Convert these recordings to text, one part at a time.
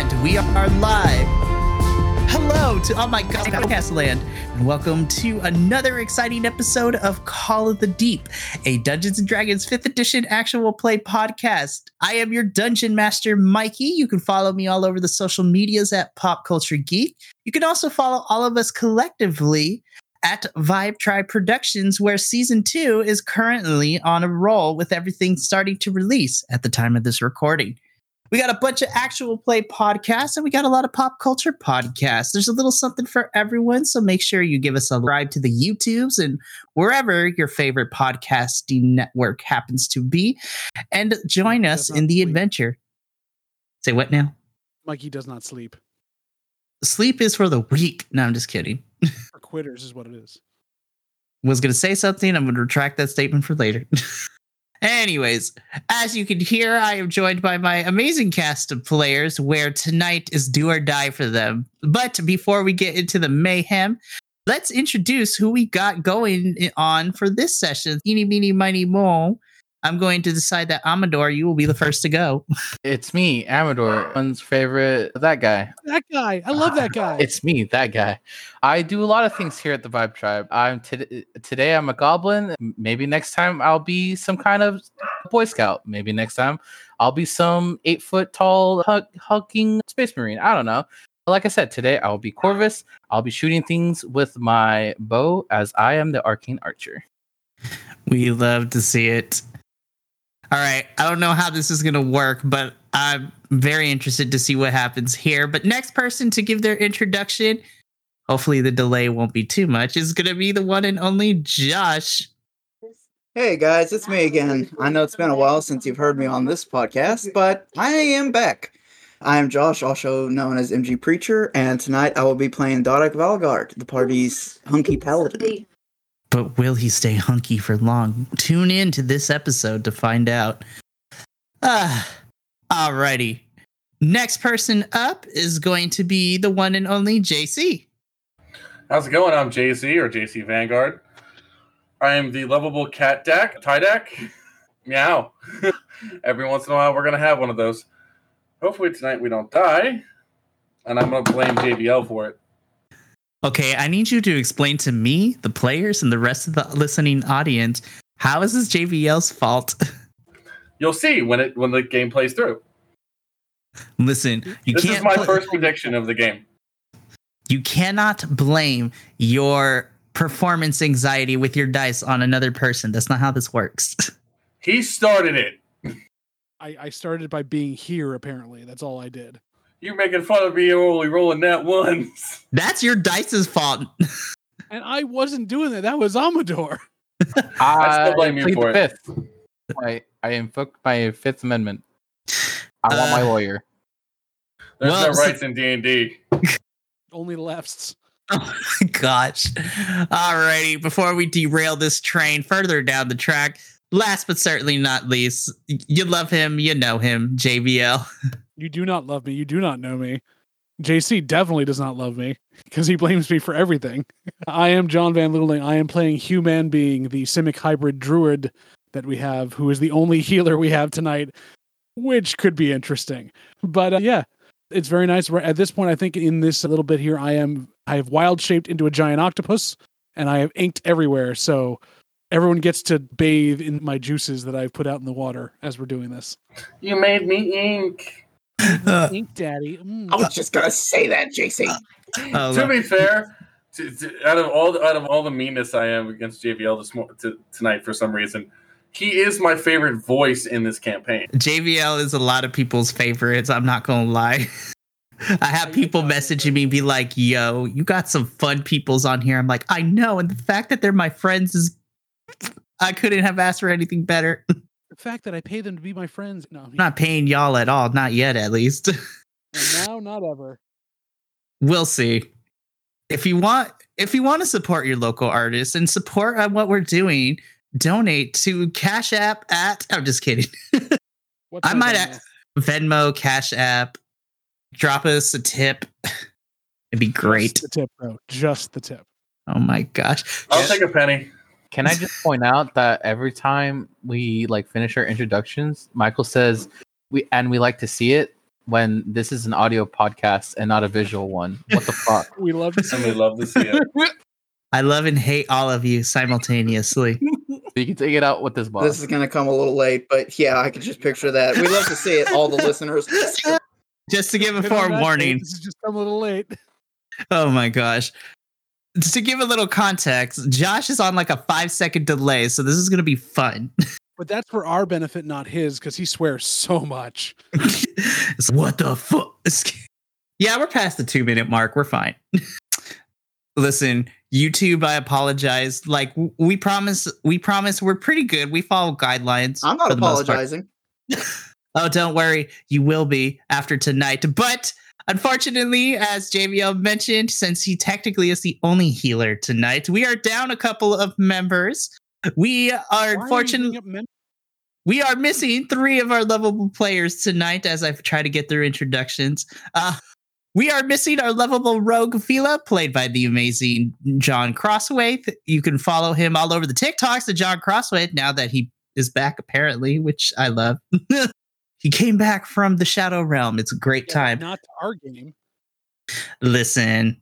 are live. Hello to all my God podcast land, and welcome to another exciting episode of Call of the Deep, a Dungeons and Dragons 5th edition actual play podcast. I am your dungeon master, Mikey. You can follow me all over the social medias at Pop Culture Geek. You can also follow all of us collectively at Vibe Tribe Productions, where season two is currently on a roll with everything starting to release at the time of this recording. We got a bunch of actual play podcasts and we got a lot of pop culture podcasts. There's a little something for everyone. So make sure you give us a ride to the YouTubes and wherever your favorite podcasting network happens to be. And join us in the adventure. Say what now? Mikey does not sleep. Sleep is for the weak. No, I'm just kidding. Or quitters is what it is. was going to say something. I'm going to retract that statement for later. Anyways, as you can hear, I am joined by my amazing cast of players where tonight is do or die for them. But before we get into the mayhem, let's introduce who we got going on for this session. Eeny, meeny, miny, mo. I'm going to decide that Amador, you will be the first to go. It's me, Amador, one's favorite, that guy. That guy. I love that guy. It's me, that guy. I do a lot of things here at the Vibe Tribe. I'm t- today I'm a goblin. Maybe next time I'll be some kind of Boy Scout. Maybe next time I'll be some eight foot tall hug- hulking Space Marine. I don't know. But like I said, today I'll be Corvus. I'll be shooting things with my bow as I am the arcane archer. We love to see it. All right. I don't know how this is going to work, but I'm very interested to see what happens here. But next person to give their introduction, hopefully the delay won't be too much, is going to be the one and only Josh. Hey guys, it's me again. I know it's been a while since you've heard me on this podcast, but I am back. I am Josh, also known as MG Preacher, and tonight I will be playing Dodok Valgard, the party's hunky paladin. But will he stay hunky for long? Tune in to this episode to find out. Ah, alrighty. Next person up is going to be the one and only JC. How's it going? I'm JC or JC Vanguard. I am the lovable cat Dak, tie Dak. Meow. Every once in a while, we're going to have one of those. Hopefully, tonight we don't die. And I'm going to blame JBL for it. Okay, I need you to explain to me, the players, and the rest of the listening audience how is this JVL's fault? You'll see when it when the game plays through. Listen, you This can't. is my pl- first prediction of the game. You cannot blame your performance anxiety with your dice on another person. That's not how this works. He started it. I, I started by being here, apparently. That's all I did. You're making fun of me only rolling that once. That's your dice's fault. And I wasn't doing that. That was Amador. I still blame you plead the for it. Fifth. I, I invoke my Fifth Amendment. I want my Uh, lawyer. There's Well, no so- rights in D and D. Only lefts. Gosh. Alrighty, before we derail this train further down the track, last but certainly not least, y- you love him, you know him, JVL. You do not love me. You do not know me. JC definitely does not love me because he blames me for everything. I am John Van Littling. I am playing Human Being, the Simic hybrid druid that we have, who is the only healer we have tonight, which could be interesting. But uh, yeah, it's very nice. We're- At this point, I think in this little bit here, I am I have wild shaped into a giant octopus, and I have inked everywhere. So everyone gets to bathe in my juices that I've put out in the water as we're doing this. You made me ink. Ink, Daddy. Mm. I was just gonna say that, Uh. JC. Oh, to be fair, to, to- out of all the, out of all the meanness I am against JVL this mo- to, tonight for some reason, he is my favorite voice in this campaign. JVL is a lot of people's favorites. I'm not gonna lie. I have people messaging me be like, "Yo, you got some fun peoples on here." I'm like, "I know," and the fact that they're my friends is, I couldn't have asked for anything better. I'm the fact that I pay them to be my friends. No, I'm not paying y'all at all, not yet, at least. and now, not ever. we'll see. If you want, if you want to support your local artists and support on what we're doing, donate to Cash App at. I'm just kidding. What's I my might Venmo? a- Venmo, Cash App. Drop us a tip. It'd be great. Just the tip, bro. Just the tip. Oh my gosh. I'll Just- take a penny. Can I just point out that every time we like finish our introductions, Michael says we and we like to see it. when this is an audio podcast and not a visual one. What the fuck? We love to see And it. we love to see it. I love and hate all of you simultaneously. You can take it out with this boss. This is going to come a little late, but yeah, I can just picture that. We love to see it, all the listeners. Just to give a Hit on that date. forewarning. This is just come a little late. Oh my gosh. To give a little context, Josh is on like a five second delay, so this is going to be fun. But that's for our benefit, not his, because he swears so much. It's, what the fuck? yeah, we're past the two minute mark. We're fine. Listen, YouTube, I apologize. Like w- we promise, we promise we're pretty good. We follow guidelines. I'm not for the most part. apologizing. Oh, don't worry, you will be after tonight. But unfortunately, as JBL mentioned, since he technically is the only healer tonight, we are down a couple of members. We are unfortunately we are missing three of our lovable players tonight as I try to get their introductions. Uh, we are missing our lovable rogue Vila, played by the amazing John Crossway. You can follow him all over the TikToks of John Crossway now that he is back, apparently, which I love. he came back from the Shadow Realm. It's a great time Not to our game. listen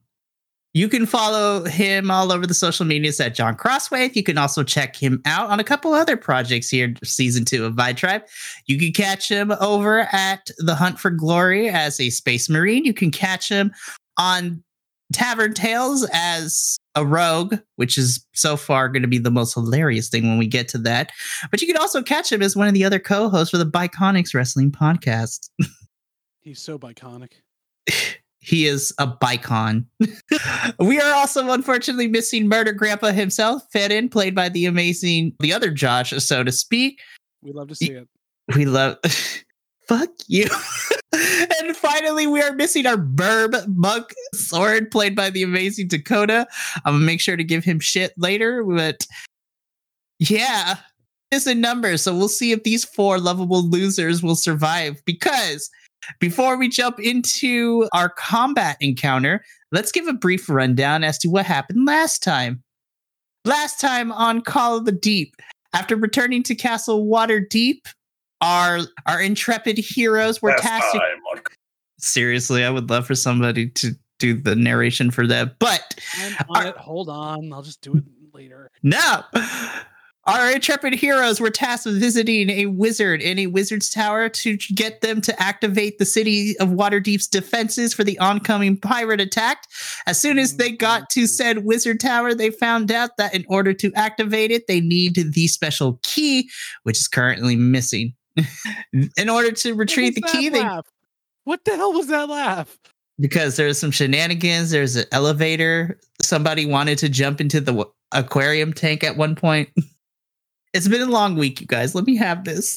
you can follow him all over the social medias at john crossway you can also check him out on a couple other projects here season two of vitribe tribe you can catch him over at the hunt for glory as a space marine you can catch him on tavern tales as a rogue which is so far going to be the most hilarious thing when we get to that but you can also catch him as one of the other co-hosts for the biconics wrestling podcast He's so biconic. he is a bicon. we are also unfortunately missing Murder Grandpa himself, fed in, played by the amazing, the other Josh, so to speak. We love to see it. We love. Fuck you. and finally, we are missing our Burb Monk Sword, played by the amazing Dakota. I'm gonna make sure to give him shit later, but yeah, it's a number. So we'll see if these four lovable losers will survive. Because before we jump into our combat encounter, let's give a brief rundown as to what happened last time. Last time on Call of the Deep, after returning to Castle Waterdeep, our our intrepid heroes were Last tasked. to- time on- Seriously, I would love for somebody to do the narration for that. But I'm on Our- it. Hold on. I'll just do it later. no. Our intrepid heroes were tasked with visiting a wizard in a wizard's tower to get them to activate the city of Waterdeep's defenses for the oncoming pirate attack. As soon as they got to said wizard tower, they found out that in order to activate it, they need the special key, which is currently missing. in order to retrieve the What was key, that they laugh? What the hell was that laugh? because there's some shenanigans. There's an elevator. Somebody wanted to jump into the w- aquarium tank at one point. It's been a long week, you guys. Let me have this.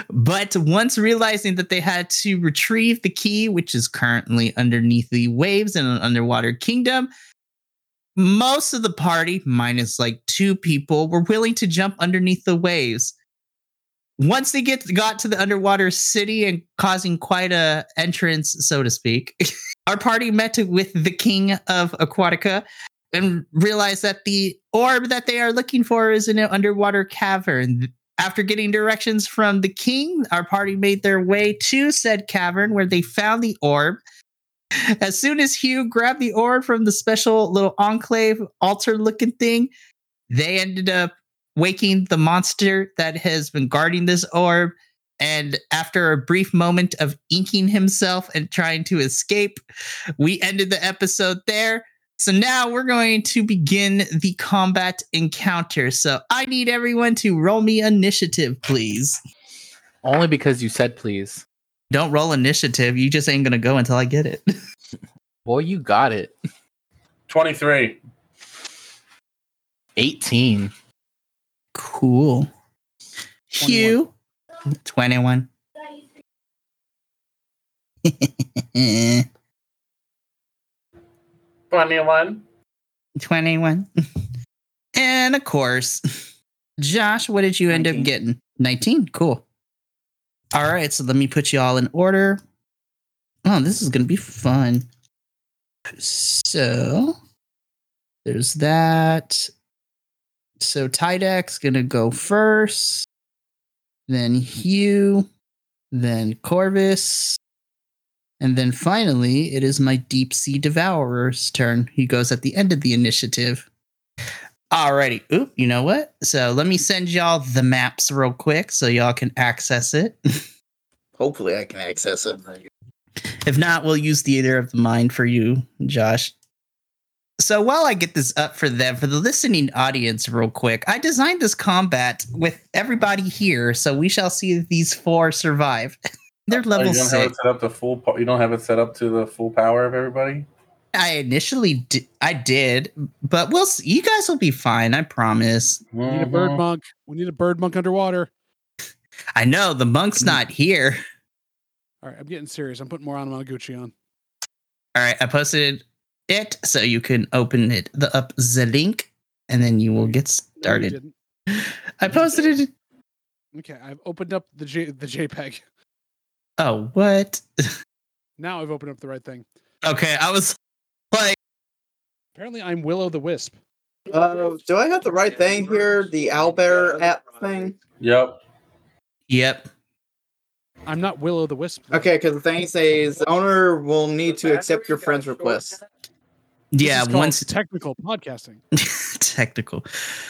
but once realizing that they had to retrieve the key, which is currently underneath the waves in an underwater kingdom, most of the party, minus like two people, were willing to jump underneath the waves once they get got to the underwater city and causing quite a entrance, so to speak, our party met with the king of Aquatica and realized that the orb that they are looking for is in an underwater cavern. After getting directions from the king, our party made their way to said cavern where they found the orb. As soon as Hugh grabbed the orb from the special little enclave altar looking thing, they ended up waking the monster that has been guarding this orb. And after a brief moment of inking himself and trying to escape, we ended the episode there. So now we're going to begin the combat encounter. So I need everyone to roll me initiative, please. Only because you said please. Don't roll initiative. You just ain't going to go until I get it. Boy, you got it. 23. 18. Cool. 21. Hugh, 21. Twenty-one. 21. And of course, Josh, what did you end 19. up getting? 19. Cool. All right. So let me put you all in order. Oh, this is going to be fun. So there's that. So Tydek's going to go first, then Hugh, then Corvus, And then finally, it is my deep sea devourer's turn. He goes at the end of the initiative. Alrighty. Oop, you know what? So let me send y'all the maps real quick so y'all can access it. Hopefully, I can access it. If not, we'll use Theater of the Mind for you, Josh. So while I get this up for them, for the listening audience, real quick, I designed this combat with everybody here, so we shall see if these four survive. They're Oh, level you don't have it six. set up to full. Po- you don't have it set up to the full power of everybody. I initially di- I did, but we'll see. you guys will be fine. I promise. We need a bird Mm-hmm. Mhm. monk. We need a bird monk underwater. I know the monk's not here. All right, I'm getting serious. I'm putting more on Gucci on. All right, I posted it so you can open it the up the link, and then you will get No, you started. didn't. I posted it. Okay, I've opened up the J- the JPEG. Oh, what? Now I've opened up the right thing. Okay, I was like, Apparently, I'm Willow the Wisp. Uh, do I have the right thing here? The owlbear app thing? Yep. yep. I'm not Willow the Wisp. though. Okay, because the thing says owner will need to accept your friend's request. This Yeah, is called once technical podcasting. technical.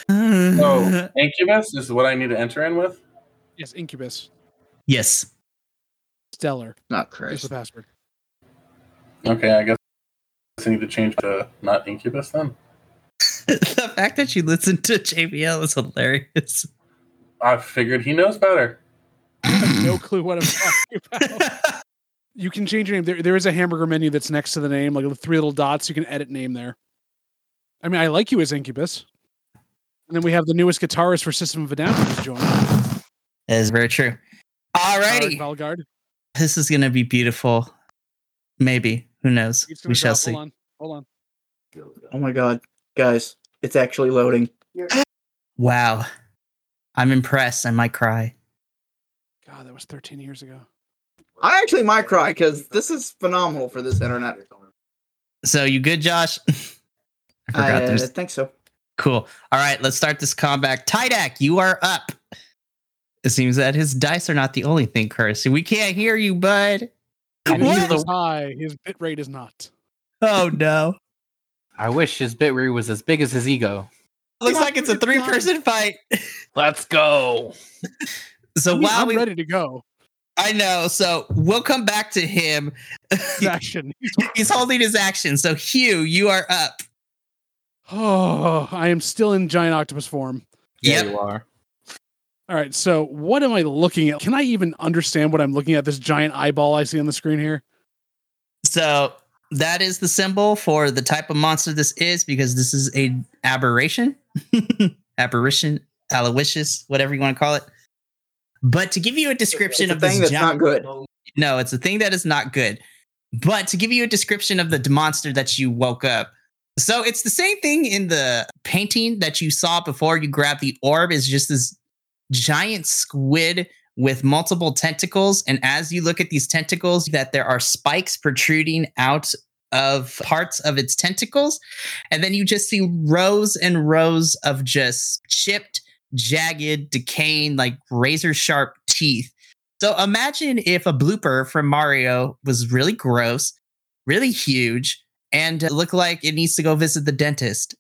Oh, incubus is what I need to enter in with. Yes, Incubus. Yes. Stellar Not is the Christ. password. Okay, I guess I need to change to not incubus then. the fact that you listen to JBL is hilarious. I figured he knows better. No clue what I'm talking about. You can change your name. There, there is a hamburger menu that's next to the name, like the three little dots. You can edit name there. I mean, I like you as Incubus. And then we have the newest guitarist for System of a Down who's joined. that is very true. Tarek Alrighty. Valgard. This is gonna be beautiful. Maybe. Who knows? He's gonna We shall drop- see. Hold on. Hold on. Oh my god, guys, it's actually loading. Wow. I'm impressed. I might cry. God, that was 13 years ago. I actually might cry because this is phenomenal for this internet. So you good, Josh? I forgot I uh, there's think so. cool. All right, let's start this combat. Tidak, you are up. It seems that his dice are not the only thing cursed. We can't hear you, bud. His What? is high. His bit rate is not. Oh no. I wish his bit rate was as big as his ego. Looks like it's a three person fight. Let's go. So I mean, while I'm we, ready to go. I know. So we'll come back to him. Action. He's holding his action. So Hugh, you are up. Oh, I am still in giant octopus form. Yeah, Yep. you are. All right, so what am I looking at? Can I even understand what I'm looking at? This giant eyeball I see on the screen here. So that is the symbol for the type of monster this is because this is a aberration, aberration, aloysius, whatever you want to call it. But to give you a description It's a of thing this that's not giant, good. no, it's a thing that is not good. But to give you a description of the d- monster that you woke up. So it's the same thing in the painting that you saw before you grabbed the orb is just this giant squid with multiple tentacles and as you look at these tentacles that there are spikes protruding out of parts of its tentacles and then you just see rows and rows of just chipped, jagged, decaying like razor sharp teeth so imagine if a blooper from Mario was really gross, really huge, and uh, looked like it needs to go visit the dentist.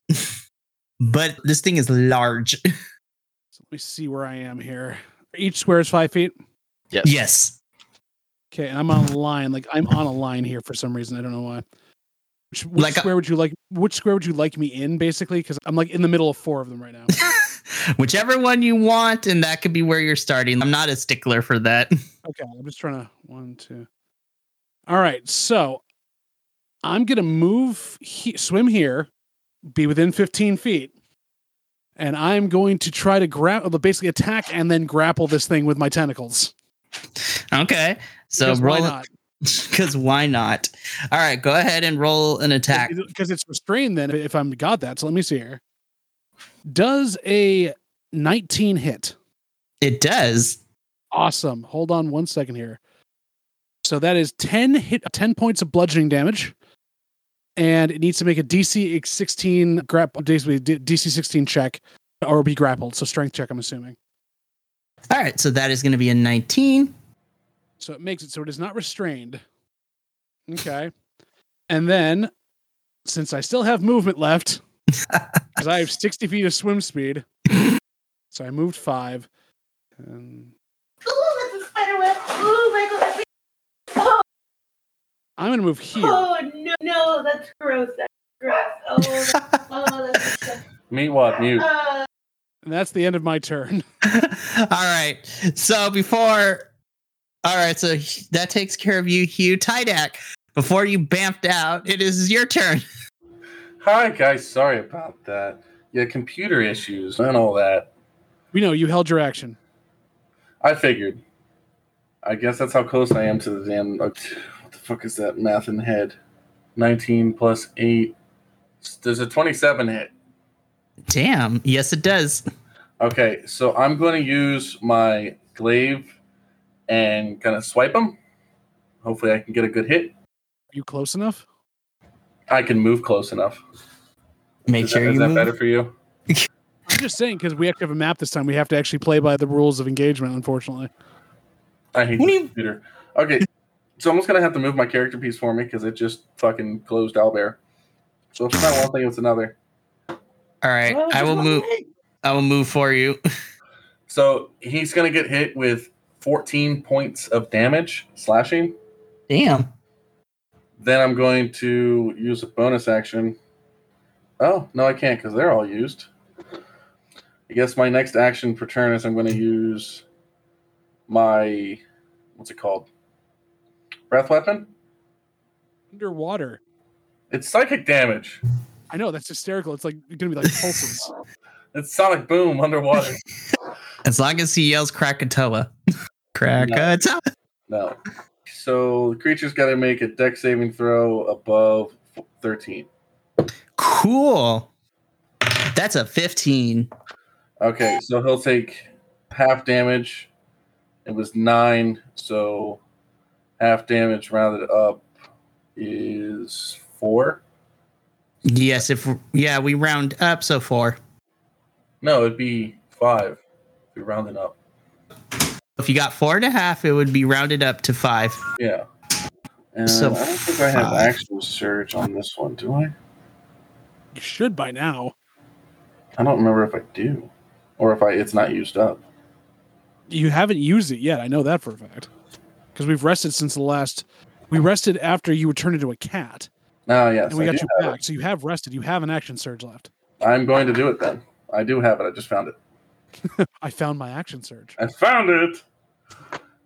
but this thing is large. So let me see where I am here. Each square is five feet. yes. Okay, and I'm on a line. Like I'm on a line here for some reason. I don't know why. Which, which Like a- square would you like? Which square would you like me in, basically? Because I'm like in the middle of four of them right now. Whichever one you want, and that could be where you're starting. I'm not a stickler for that. Okay, I'm just trying to one, two. All right, so I'm gonna move, he, swim here, be within 15 feet, and I'm going to try to grapple, basically attack and then grapple this thing with my tentacles. Okay. So Because why roll not? because why not? All right, go ahead and roll an attack. Because it's restrained. Then, if I'm got that, so let me see here. Does a 19 hit? It does. Awesome. Hold on one second here. So that is 10 hit 10 points of bludgeoning damage. And it needs to make a DC ex- 16 grap basically D- DC 16 check or be grappled. So strength check, I'm assuming. All right, so that is gonna be a 19. So it makes it so it is not restrained. Okay. And then, since I still have movement left, because I have 60 feet of swim speed, so I moved five. And Ooh, that's a spider web. Ooh, Michael, that's a- I'm going to move here. Oh, no, no, that's gross. That's gross. Oh, that's, oh, that's Meet what? Mute. uh, And that's the end of my turn. all right. So before, all right. So that takes care of you, Hugh Tydak. Before you bamfed out, it is your turn. Hi guys, sorry about that. Yeah, computer issues and all that. We know you held your action. I figured. I guess that's how close I am to the damn. uh, What the fuck is that math in the head? 19 plus 8. There's a 27 hit. Damn. Yes, it does. Okay, so I'm going to use my glaive and kind of swipe him. Hopefully, I can get a good hit. You close enough? I can move close enough. Make is sure that, is you that move. better for you? I'm just saying because we have to have a map this time. We have to actually play by the rules of engagement, unfortunately. I hate What do this you- computer. Okay, someone's gonna have to move my character piece for me because it just fucking closed Owlbear. So if it's not one thing, it's another. All right. I will move. I will move for you. So he's gonna get hit with 14 points of damage slashing. Damn. Then I'm going to use a bonus action. Oh no, I can't because they're all used. I guess my next action per turn is I'm going to use my what's it called? Breath weapon. Underwater. It's psychic damage. I know that's hysterical. It's like going to be like pulses. It's sonic boom underwater. As long as he yells Krakatoa. Krakatoa. No. So the creature's got to make a deck saving throw above 13. Cool. That's a 15. Okay, so he'll take half damage. It was nine, so half damage rounded up is four. Yes, if yeah, we round up so far. No, it'd be five. If we rounded up. If you got four and a half, it would be rounded up to five. Yeah. And So I don't think I have five. actual surge on this one, do I? you should by now. I don't remember if I do, or if I it's not used up. You haven't used it yet. I know that for a fact. Because we've rested since the last. We rested after you were turned into a cat, No, yes, and we Ah, I got do you have back. So you have rested. You have an action surge left. it. I'm going to do it then. I do have it. I just found it. I found my action surge. I found it.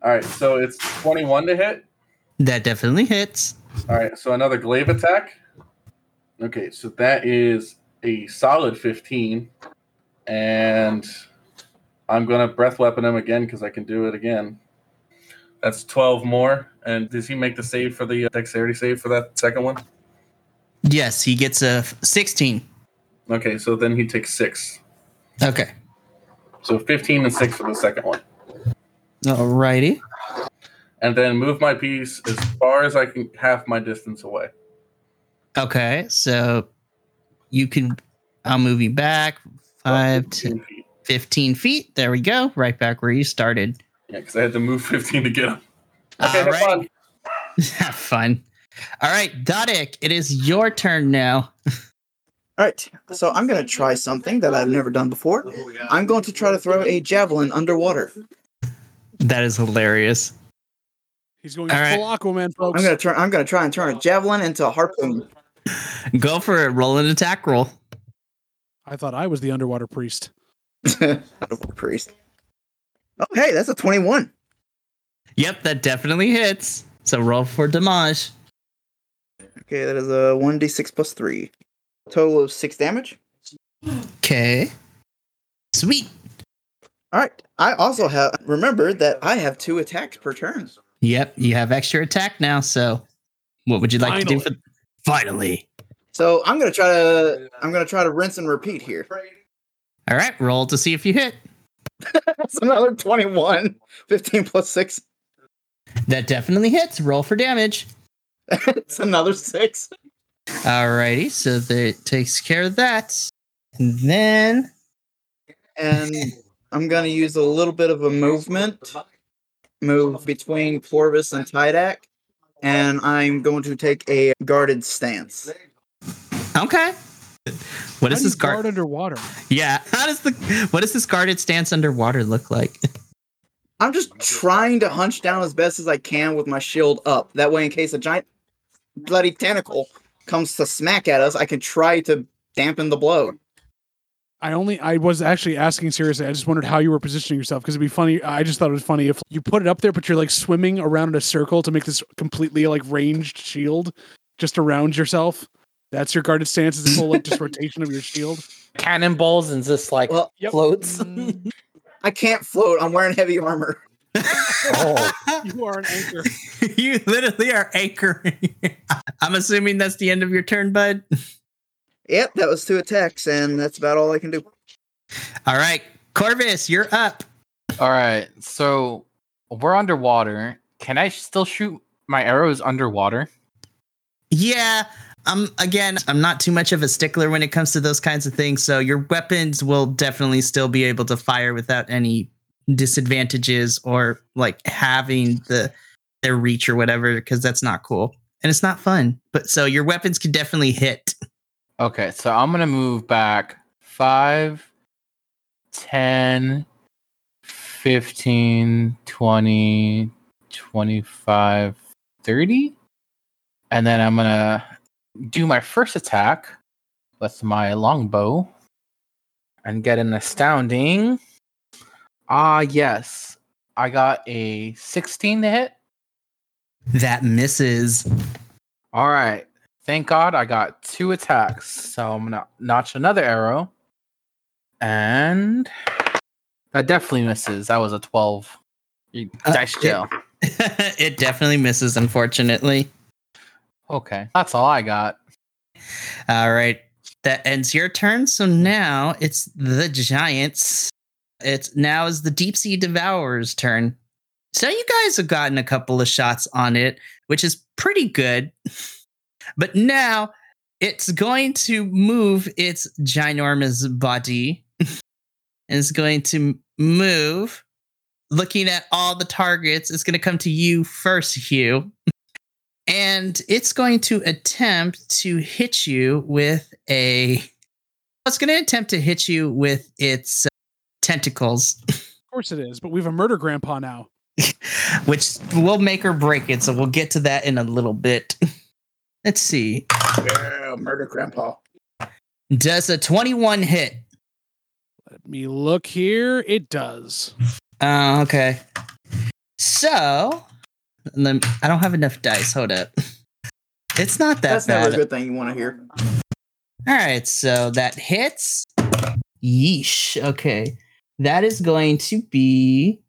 All right, so it's 21 to hit. That definitely hits. All right, so another glaive attack. Okay, so that is a solid 15. And I'm going to breath weapon him again because I can do it again. That's 12 more. And does he make the save for the uh, dexterity save for that second one? Yes, he gets a f- 16. Okay, so then he takes six. Okay. So 15 and six for the second one. Alrighty. And then move my piece as far as I can, half my distance away. Okay, so you can. I'll move you back five to 15 feet. 15 feet. There we go. Right back where you started. Yeah, because I had to move 15 to get him. Okay, All have right. fun. Have fun. All right, Doddick, it is your turn now. All right, so I'm going to try something that I've never done before. I'm going to try to throw a javelin underwater. That is hilarious. He's going All to right. full Aquaman, folks. I'm going to turn. I'm going to try and turn a javelin into a harpoon. Go for it. Roll an attack roll. I thought I was the underwater priest. Beautiful priest. Oh, hey, that's a 21. Yep, that definitely hits. So roll for damage. Okay, that is a 1d6 plus 3. Total of 6 damage. Okay. Sweet. All right. I also have remembered that I have two attacks per turn. Yep, you have extra attack now. So what would you like to do for Finally. finally? So I'm gonna try to I'm gonna try to rinse and repeat here. All right, roll to see if you hit. That's another 21. 15 plus 6. That definitely hits. Roll for damage. It's another 6. Alrighty, so that takes care of that. And then And I'm gonna use a little bit of a movement. Move between Corvus and Tidak. and I'm going to take a guarded stance. Okay. What is How do this you guard? guard underwater? Yeah. How does the what does this guarded stance underwater look like? I'm just trying to hunch down as best as I can with my shield up. That way, in case a giant bloody tentacle comes to smack at us, I can try to dampen the blow. I only I was actually asking seriously. I just wondered how you were positioning yourself because it'd be funny. I just thought it was funny if you put it up there, but you're like swimming around in a circle to make this completely like ranged shield just around yourself. That's your guarded stance. It's a full like just rotation of your shield. Cannonballs and just like Well, Yep. floats. I can't float. I'm wearing heavy armor. Oh. You are an anchor. you literally are anchoring. I'm assuming that's the end of your turn, bud. Yep, that was two attacks, and that's about all I can do. All right, Corvus, you're up. All right, so we're underwater. Can I still shoot my arrows underwater? Yeah. Um. Again, I'm not too much of a stickler when it comes to those kinds of things, so your weapons will definitely still be able to fire without any disadvantages or like having the their reach or whatever, because that's not cool and it's not fun. But so your weapons can definitely hit. Okay, so I'm gonna move back five, ten, fifteen, twenty, twenty-five, thirty, And then I'm gonna do my first attack with my longbow and get an astounding. Ah, yes. I got a 16 to hit. That misses. All right. Thank God I got two attacks. So I'm going to notch another arrow. And that definitely misses. That was a 12. You Uh, dice it- jail. it definitely misses, unfortunately. Okay. That's all I got. All right. That ends your turn. So now it's the giants. It's now is the deep sea devourer's turn. So you guys have gotten a couple of shots on it, which is pretty good. But now it's going to move its ginormous body. and it's going to move. Looking at all the targets, it's going to come to you first, Hugh and it's going to attempt to hit you with a it's going to attempt to hit you with its uh, tentacles Of course it is. But we have a murder grandpa now. which will make or break it so we'll get to that in a little bit let's see Yeah, murder grandpa. does a 21 hit Let me look here. It does. uh, okay so lem- i don't have enough dice hold up it's not that That's bad never a good thing you want to hear. All right, so that hits. Yeesh. Okay. That is going to be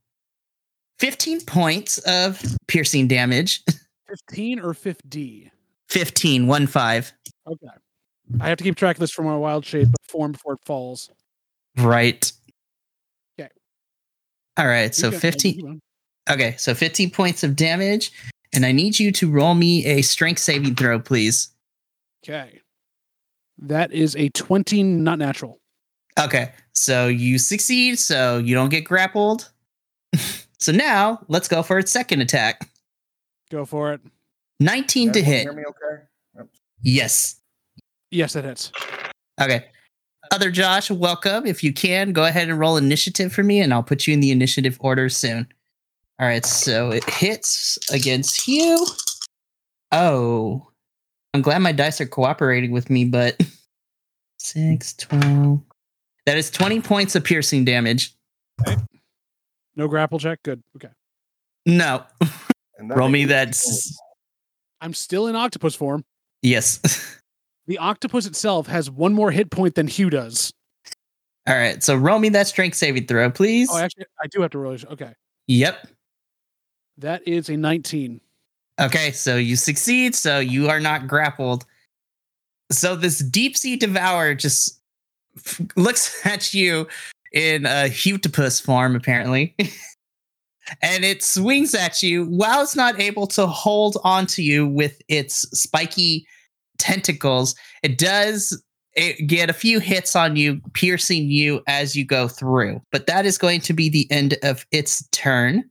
15 points of piercing damage. 15 or 50. 15, 1 5. Okay. I have to keep track of this from our wild shape form before it falls. Right. Okay. All right, You so go, Andy, 15. you go. Okay, so 15 points of damage. And I need you to roll me a strength saving throw, please. Okay. That is a 20, not natural. Okay, so you succeed, so you don't get grappled. so now let's go for its second attack. Go for it. 19 to Everyone hit. Hear me okay? Yes. Yes, that hits. Okay. Other Josh, welcome. If you can, go ahead and roll initiative for me, and I'll put you in the initiative order soon. All right, so it hits against you. Oh, I'm glad my dice are cooperating with me, but 6, 12. That is 20 points of piercing damage. No grapple check. Good. Okay. No, And roll me makes- that. s- I'm still in octopus form. Yes. The octopus itself has one more hit point than Hugh does. All right, so roll me that strength saving throw, please. Oh, actually, I do have to roll. Okay. Yep. That is a 19. Okay, so you succeed, so you are not grappled. So this deep sea devourer just f- looks at you in a hutipus form, apparently, and it swings at you while it's not able to hold onto you with its spiky tentacles. It does eh, get a few hits on you, piercing you as you go through, but that is going to be the end of its turn.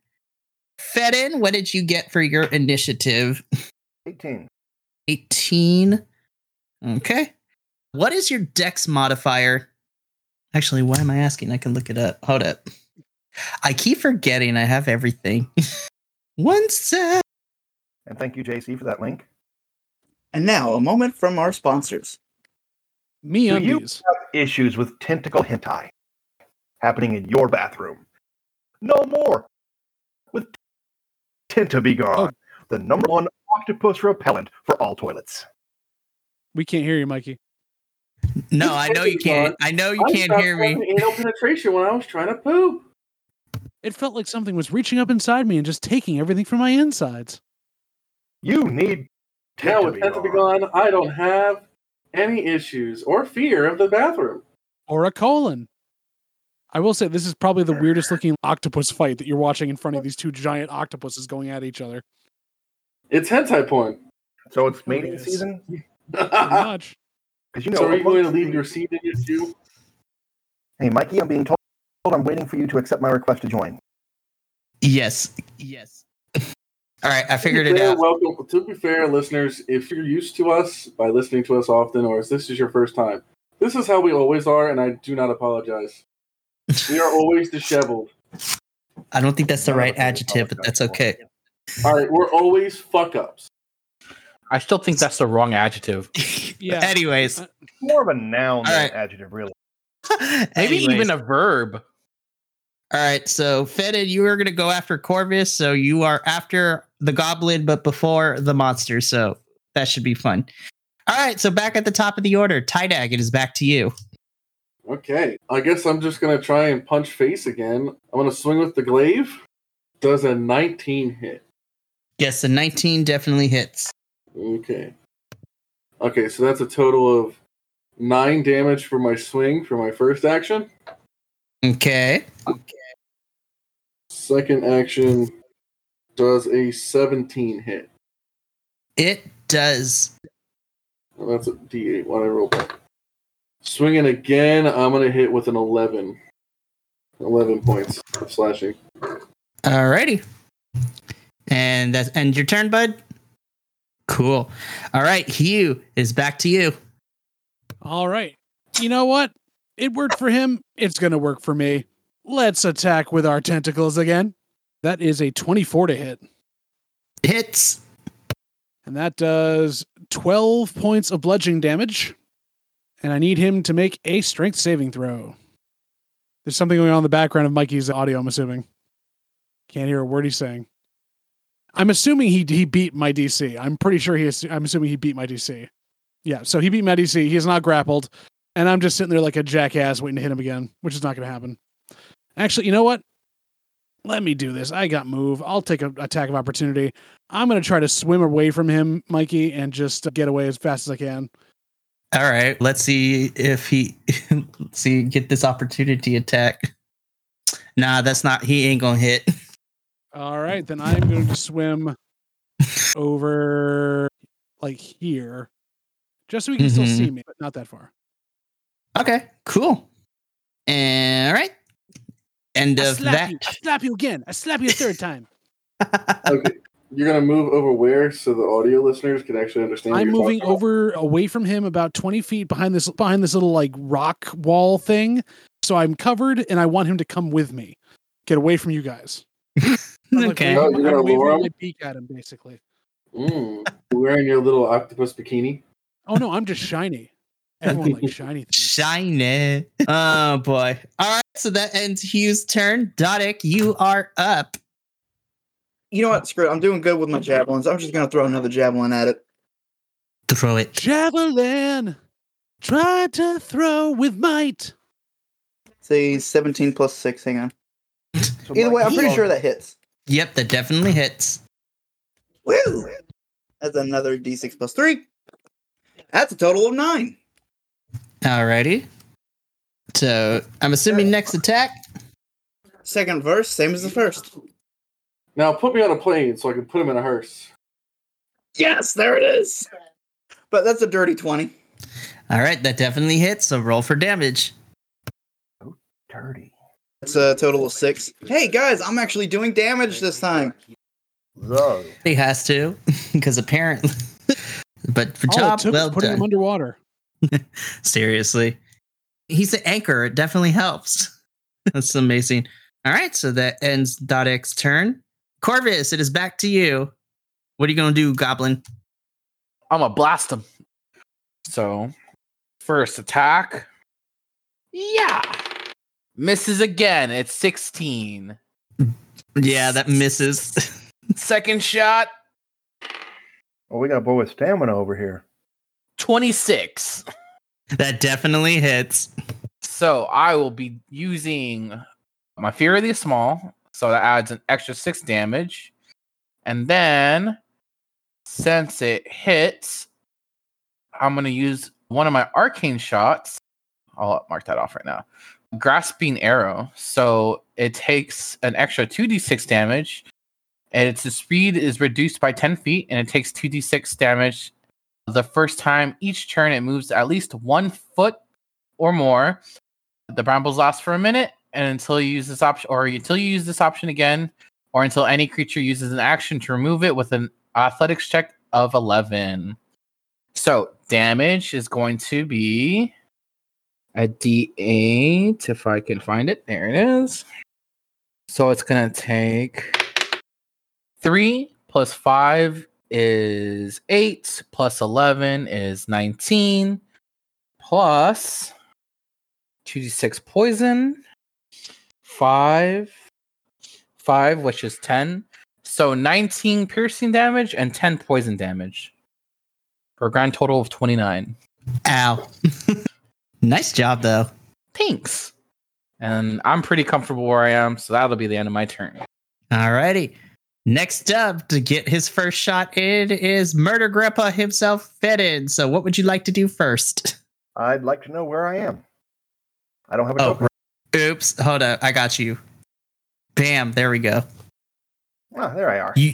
Fedin, what did you get for your initiative? 18. 18. Okay. What is your dex modifier? Actually, why am I asking? I can look it up. Hold up. I keep forgetting I have everything. One sec. And thank you, JC, for that link. And now a moment from our sponsors. Me Do you- undies. Issues with tentacle hentai happening in your bathroom. No more. With Tenta Be Oh. Gone, the number one octopus repellent for all toilets. We can't hear you, Mikey. No, I know you can't. I know you I can't stopped hear me. having Anal penetration when I was trying to poop. It felt like something was reaching up inside me and just taking everything from my insides. You need Now Tenta with Be Penta be Gone. gone, I don't have any issues or fear of the bathroom. Or a colon. I will say this is probably the weirdest looking octopus fight that you're watching in front of these two giant octopuses going at each other. It's hentai porn. So it's mating Yes. season? Pretty so much. Because you know, are you going to amongst leave the- your seed in your shoe? Hey, Mikey, I'm being told I'm waiting for you to accept my request to join. Yes. Yes. All right, I figured it They're out. Welcome. To be fair, listeners, if you're used to us by listening to us often, or if this is your first time, this is how we always are, and I do not apologize. We are always disheveled. I don't think that's the None of right us really adjective, oh, but that's apologize for okay. it. All right, we're always fuck ups. I still think that's the wrong adjective. Yeah. Anyways, More of a noun than Alright. an adjective, really. Maybe even Anyways. a verb. All right, so Fetid, you are going to go after Corvus, so you are after the goblin, but before the monster, so that should be fun. All right, so back at the top of the order, Tydag, it is back to you. Okay, I guess I'm just gonna try and punch face again. I'm gonna swing with the glaive. Does a 19 hit? Yes, the 19 definitely hits. Okay. Okay, so that's a total of nine damage for my swing for my first action. Okay. Second action does a 17 hit. It does. Well, that's a D8. Why did I roll back? Swinging again, I'm gonna hit with an 11. 11 points of slashing. Alrighty. And that's end your turn, bud. Cool. All right, Hugh is back to you. All right. You know what? It worked for him. It's going to work for me. Let's attack with our tentacles again. That is a 24 to hit. Hits. And that does 12 points of bludgeoning damage. And I need him to make a strength saving throw. There's something going on in the background of Mikey's audio, I'm assuming. Can't hear a word he's saying. I'm assuming he he beat my DC. I'm pretty sure he is. I'm assuming he beat my DC. Yeah, so he beat my DC. He is not grappled. And I'm just sitting there like a jackass waiting to hit him again, which is not going to happen. Actually, you know what? Let me do this. I got move. I'll take an attack of opportunity. I'm going to try to swim away from him, Mikey, and just get away as fast as I can. All right, let's see if he let's see get this opportunity attack. Nah, that's not. He ain't gonna hit. All right, then I'm going to swim over like here, just so he can still Mhm. see me, but not that far. Okay, cool. And all right, end I of slap that. you. I slap you again. I slap you a third time. okay. You're gonna move over where so the audio listeners can actually understand. what I'm you're talking moving about? over away from him about 20 feet behind this behind this little like rock wall thing. So I'm covered, and I want him to come with me. Get away from you guys. I'm, like, okay. No, waving- Oh, you're gonna I'm waving lure him? my beak at him, basically. Mm, wearing your little octopus bikini. Oh no, I'm just shiny. Everyone likes shiny things. Shiny. Oh boy. All right, so that ends Hugh's turn. Dodic, you are up. You know what? Screw it. I'm doing good with my javelins. I'm just gonna throw another javelin at it. Throw it. Javelin, try to throw with might. Say 17 plus six. Hang on. So Oh Either way, I'm Mikey, pretty um, sure that hits. Yep, that definitely hits. Woo! That's another d6 plus three. That's a total of nine. Alrighty. So I'm assuming next attack. Second verse, same as the first. Now put me on a plane so I can put him in a hearse. Yes, there it is. But that's a dirty 20. All right, that definitely hits. So roll for damage. Dirty. That's a total of six. Hey guys, I'm actually doing damage this time. So, He has to, because apparently. but for All it job took was well putting done. him underwater. Seriously, he's an anchor. It definitely helps. That's amazing. All right, so that ends Dot X turn. Corvus, it is back to you. What are you gonna do, Goblin? I'm gonna blast him. So, first attack. Yeah. Misses again. It's 16. Yeah, that misses. Second shot, well, we got a boy with stamina over here. 26. that definitely hits. So, I will be using my Fury of the Small. So, that adds an extra six damage. And then, since it hits, I'm going to use one of my arcane shots. I'll mark that off right now. Grasping arrow. So it takes an extra 2d6 damage, and its speed is reduced by 10 feet, and it takes 2d6 damage the first time each turn it moves at least one foot or more. The brambles last for a minute, and until you use this option, or until you use this option again, or until any creature uses an action to remove it with an athletics check of 11. So damage is going to be a d8 if I can find it. There it is. So it's going to take 3 plus 5 is 8 plus 11 is 19 plus 2d6 poison 5 5 which is 10 so 19 piercing damage and 10 poison damage for a grand total of 29 Ow. nice job though. thanks and i'm pretty comfortable where i am so that'll be the end of my turn All righty. Next up to get his first shot in is Murder Grandpa himself fed in. So what would you like to do first? I'd like to know where I am. I don't have a Oh, token. Oops, hold up. I got you. Bam, there we go. Ah, there I are. You,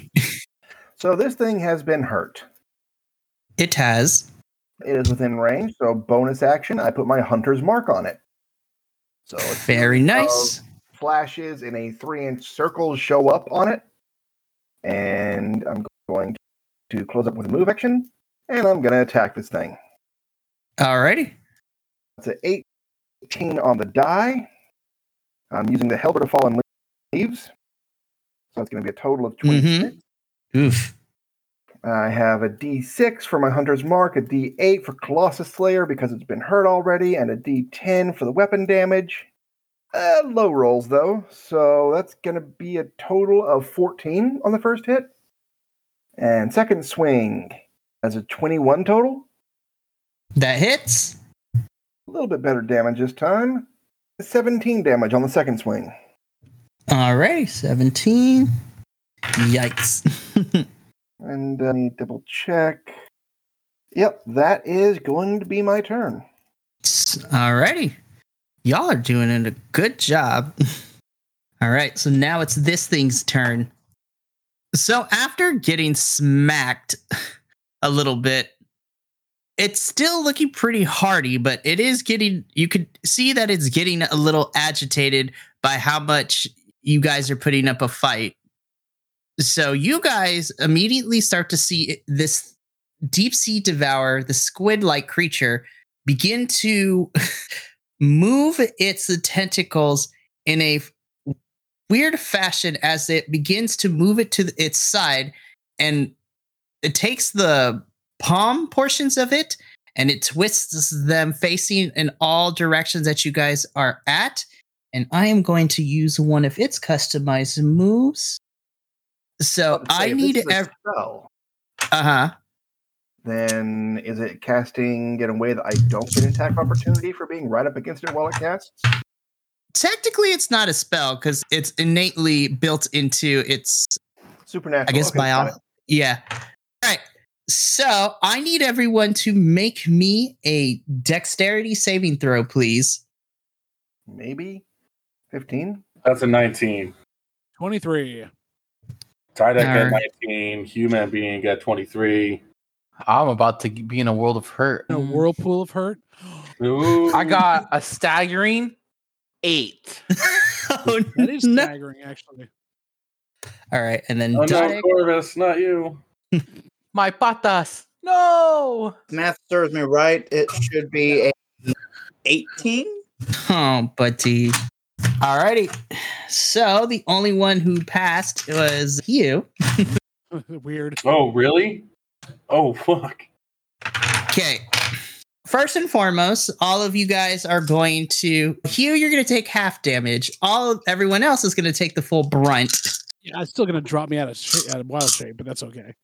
So this thing has been hurt. it has. It is within range, so bonus action. I put my hunter's mark on it. So it's Very nice. flashes in a three inch circle show up on it. And I'm going to close up with a move action. And I'm going to attack this thing. Alrighty. It's an 18 on the die. I'm using the Helper of Fallen Leaves. So it's going to be a total Mm-hmm. of 26. Oof. I have a D6 for my Hunter's Mark, a D8 for Colossus Slayer because it's been hurt already, and a D10 for the weapon damage. Uh, low rolls though, so that's going to be a total of 14 on the first hit. And second swing as a 21 total. That hits. A little bit better damage this time. 17 damage on the second swing. Alrighty. 17. Yikes. And uh, let me double check. Yep, that is going to be my turn. Alrighty. Y'all are doing it a good job. All right, so now it's this thing's turn. So after getting smacked a little bit, it's still looking pretty hardy, but it is getting you could see that it's getting a little agitated by how much you guys are putting up a fight. So you guys immediately start to see this deep sea devourer, the squid-like creature begin to move its tentacles in a f- weird fashion as it begins to move it to th- its side and it takes the palm portions of it and it twists them facing in all directions that you guys are at and i am going to use one of its customized moves so i Say, if need this is a ev- spell, uh-huh then is it casting in a way that I don't get an attack of opportunity for being right up against it while it casts? technically it's not a spell because it's innately built into its Supernatural. I guess Oh, okay, got by all. Yeah. All right. So I need everyone to make me a dexterity saving throw, please. it. Maybe 15? That's a 19. Twenty-three. Tydeck at Alright. 19. Human being at 23. i'm about to be in a Mm. Mm-hmm. world of hurt In a whirlpool of hurt. Ooh. i got a staggering eight. Oh, That is no. staggering, actually. All right, and then Oh, Doc- no, Corvus, not you. My patas. No. Math serves me right. It should be a 18. Oh, buddy. Alrighty. So the only one who passed was you. Weird. Oh, really? Oh, fuck. Okay. First and foremost, all of you guys are going to Hugh, you're gonna take half damage. All everyone else is gonna take the full brunt. Yeah, it's still gonna drop me out of shape, out of wild shape, but that's okay.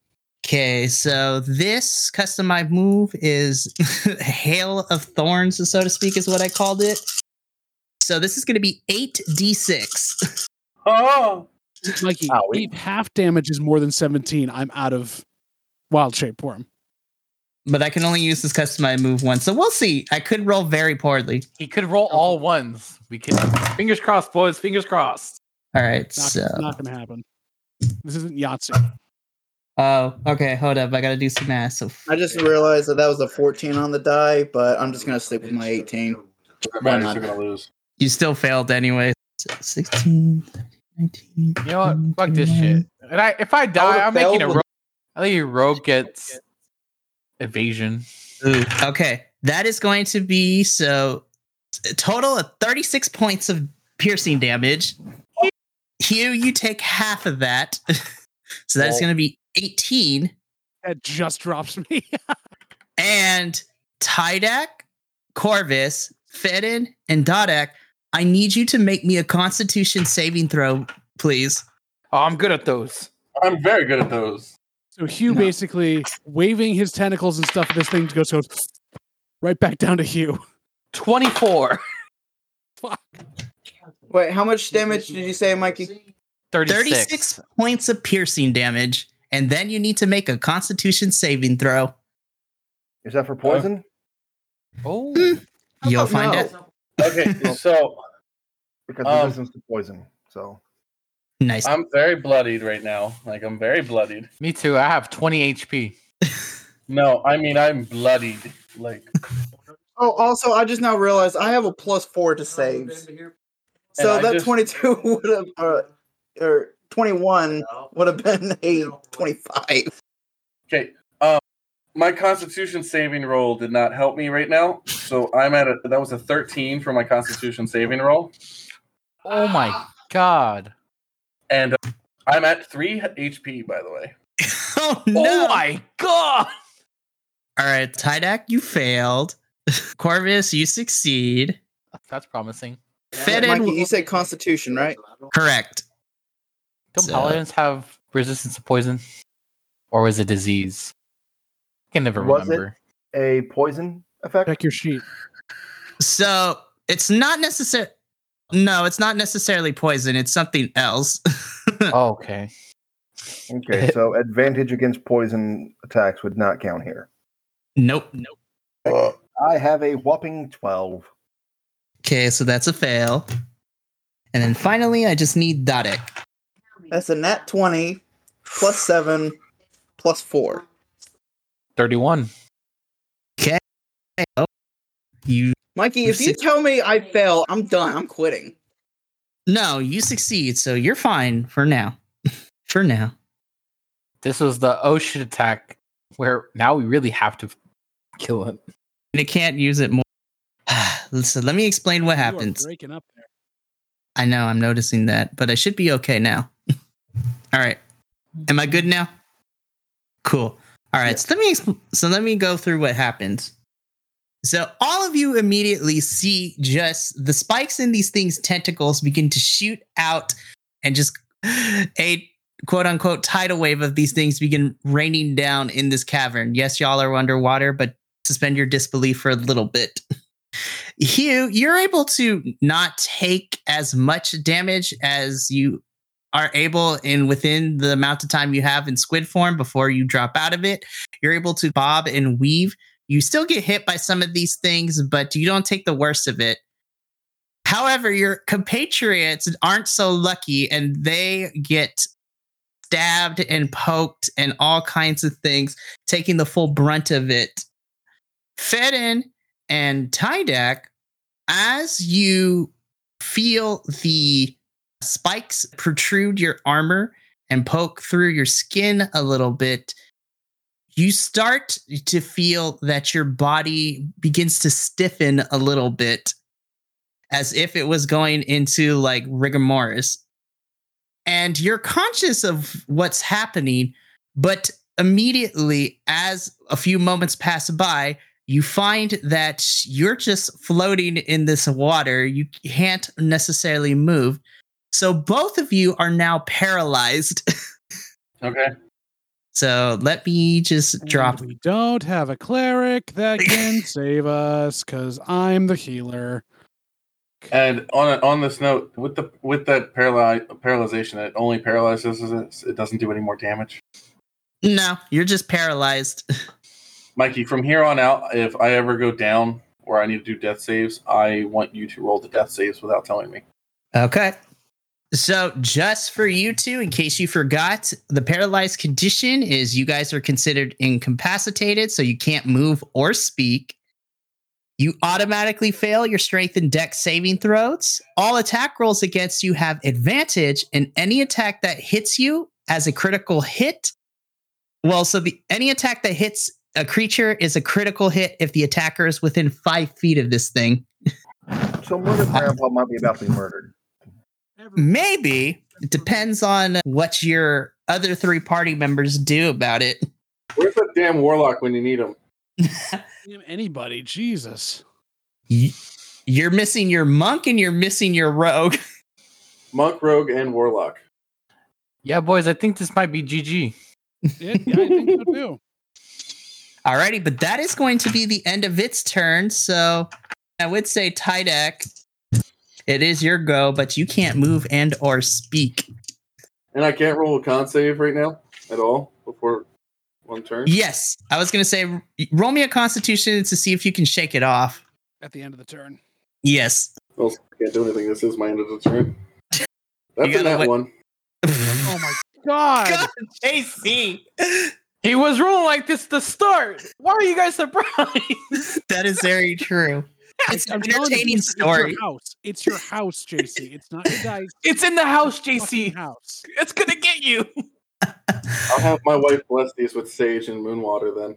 Okay, so this customized move is Hail of Thorns, so to speak, is what I called it. So this is gonna be 8d6. Oh, Mikey, Ah, Oh, we- deep half damage is more than seventeen. I'm out of wild shape for him. But I can only use this customized move once. So we'll see. I could roll very poorly. He could roll all ones. We could. Fingers crossed, boys. Fingers crossed. All right, Not, so not gonna happen. This isn't Yahtzee. Oh, okay. Hold up. I gotta do some math. So I just realized that that was a 14 on the die, but I'm just going to sleep with my 18. that Why matters, not? you're gonna lose. you still failed anyway. 16, 19. You know what? Fuck this shit. And I, if I die, would've I'm making failed a with- rogue. I think a rogue gets evasion. Ooh, okay. That is going to be so a total of 36 points of piercing damage. Hugh, you take half of that. so that's Well- gonna be 18. That just drops me. And Tydak, Corvus, Fedin, and Dodak, I need you to make me a constitution saving throw, please. Oh, I'm good at those. I'm very good at those. So Hugh No. basically waving his tentacles and stuff. This thing goes goes right back down to Hugh. Twenty-four. Wait, how much damage did you say, Mikey? 36. 36 points of piercing damage, and then you need to make a constitution saving throw. Is that for poison? Oh, You'll Oh, find no. out. Okay, so Because Um, resistance to poison. So Nice. Uh, I'm very bloodied right now. Like I'm very bloodied. me too. I have 20 HP. No, I mean I'm bloodied. Like Oh, also, I just now realized I have a plus four to saves. So I that just- 22 would have, uh, or 21 would have been a 25. okay, um, my Constitution saving roll did not help me right now. So I'm at a that was a 13 for my Constitution saving roll, Oh my god. and uh, I'm at three HP by the way. oh no! Oh my god. All right, Tydak, you failed. Corvus, you succeed. That's promising. Fit in- Mikey, you said Constitution, right? Correct. Don't So- paladins have resistance to poison? Or was it disease? I can never Was it? remember. a poison effect. Check your sheet. So it's not necessary. No, it's not necessarily poison. It's something else. Oh, okay. Okay, so advantage against poison attacks would not count here. nope. Nope. Uh. I have a whopping twelve. Okay, so that's a fail. And then finally, I just need Dodak. That's a nat 20 plus 7 plus 4. 31. Oh, you Mikey, if you Six. tell me I fail, I'm done. I'm quitting. no, you succeed. So you're fine for now. for now. This was the oh shit attack where now we really have to kill him. They can't use it more. so let me explain what You are happens. breaking up there. I know I'm noticing that, but I should be okay now. All right. Am I good now? Cool. All right. So let me expl- so let me go through what happens. So all of you immediately see just the spikes in these things tentacles begin to shoot out and just a quote unquote tidal wave of these things begin raining down in this cavern. Yes, y'all are underwater, but suspend your disbelief for a little bit. Hugh, you're able to not take as much damage as you are able in within the amount of time you have in squid form before you drop out of it. You're able to bob and weave. You still get hit by some of these things, but you don't take the worst of it. However, your compatriots aren't so lucky and they get stabbed and poked and all kinds of things, taking the full brunt of it. Fedin and Tydak, as you feel the spikes protrude your armor and poke through your skin a little bit. You start to feel that your body begins to stiffen a little bit as if it was going into like rigor mortis. And you're conscious of what's happening, but immediately, as a few moments pass by, you find that you're just floating in this water. You can't necessarily move. So both of you are now paralyzed. Okay. so let me just drop. And We don't have a cleric that can save us because I'm the healer. And on on this note, with the with that paraly- paralyzation, it only paralyzes us. It doesn't do any more damage. No, you're just paralyzed. Mikey, from here on out, if I ever go down or I need to do death saves, I want you to roll the death saves without telling me. Okay. So, just for you two, in case you forgot, the paralyzed condition is you guys are considered incapacitated, so you can't move or speak. You automatically fail your strength and dex saving throws. All attack rolls against you have advantage, and any attack that hits you as a critical hit. Well, so the any attack that hits a creature is a critical hit if the attacker is within five feet of this thing. So murder grandpa might be about to be murdered. Maybe. It depends on what your other three party members do about it. Where's that damn warlock when you need him? Damn, Anybody, Jesus. Y- You're missing your monk and you're missing your rogue. Monk, rogue, and warlock. Yeah, boys, I think this might be GG. It, I think so too. Alrighty, but that is going to be the end of its turn. So I would say Tydak, it is your go, but you can't move and or speak. And I can't roll a con save right now at all before one turn. Yes, I was gonna say roll me a constitution to see if you can shake it off. At the end of the turn. Yes. Also, I can't do anything. This is my end of the turn. You That's gotta in that wait- one. Oh my god. God, JC. He was rolling like this at the start. Why are you guys surprised? That is very true. It's an I'm telling you, entertaining it's your story. house. It's your house, JC. It's not your dice. It's in the house, It's your fucking JC. House. It's gonna get you. I'll have my wife bless these with sage and moonwater then.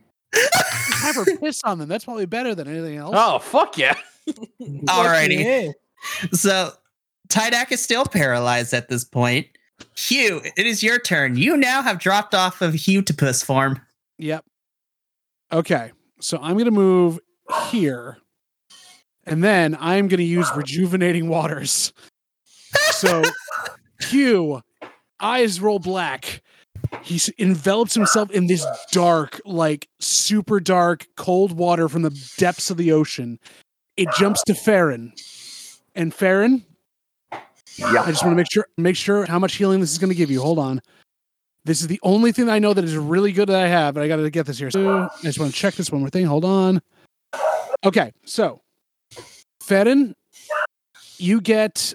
Have her piss on them. That's probably better than anything else. Oh fuck yeah! Alrighty. So Tydak is still paralyzed at this point. Hugh, it is your turn. You now have dropped off of Hutopus form. Yep. Okay. So I'm going to move here. And then I'm going to use rejuvenating waters. So Hugh, eyes roll black. He s- envelops himself in this dark, like super dark, cold water from the depths of the ocean. It jumps to Farron. And Farron, I Uh, Yeah. just want to make sure make sure how much healing this is going to give you. Hold on. This is the only thing that I know that is really good that I have, but I got to get this here. So I just want to check this one more thing. Hold on. Okay, so Fedin, you get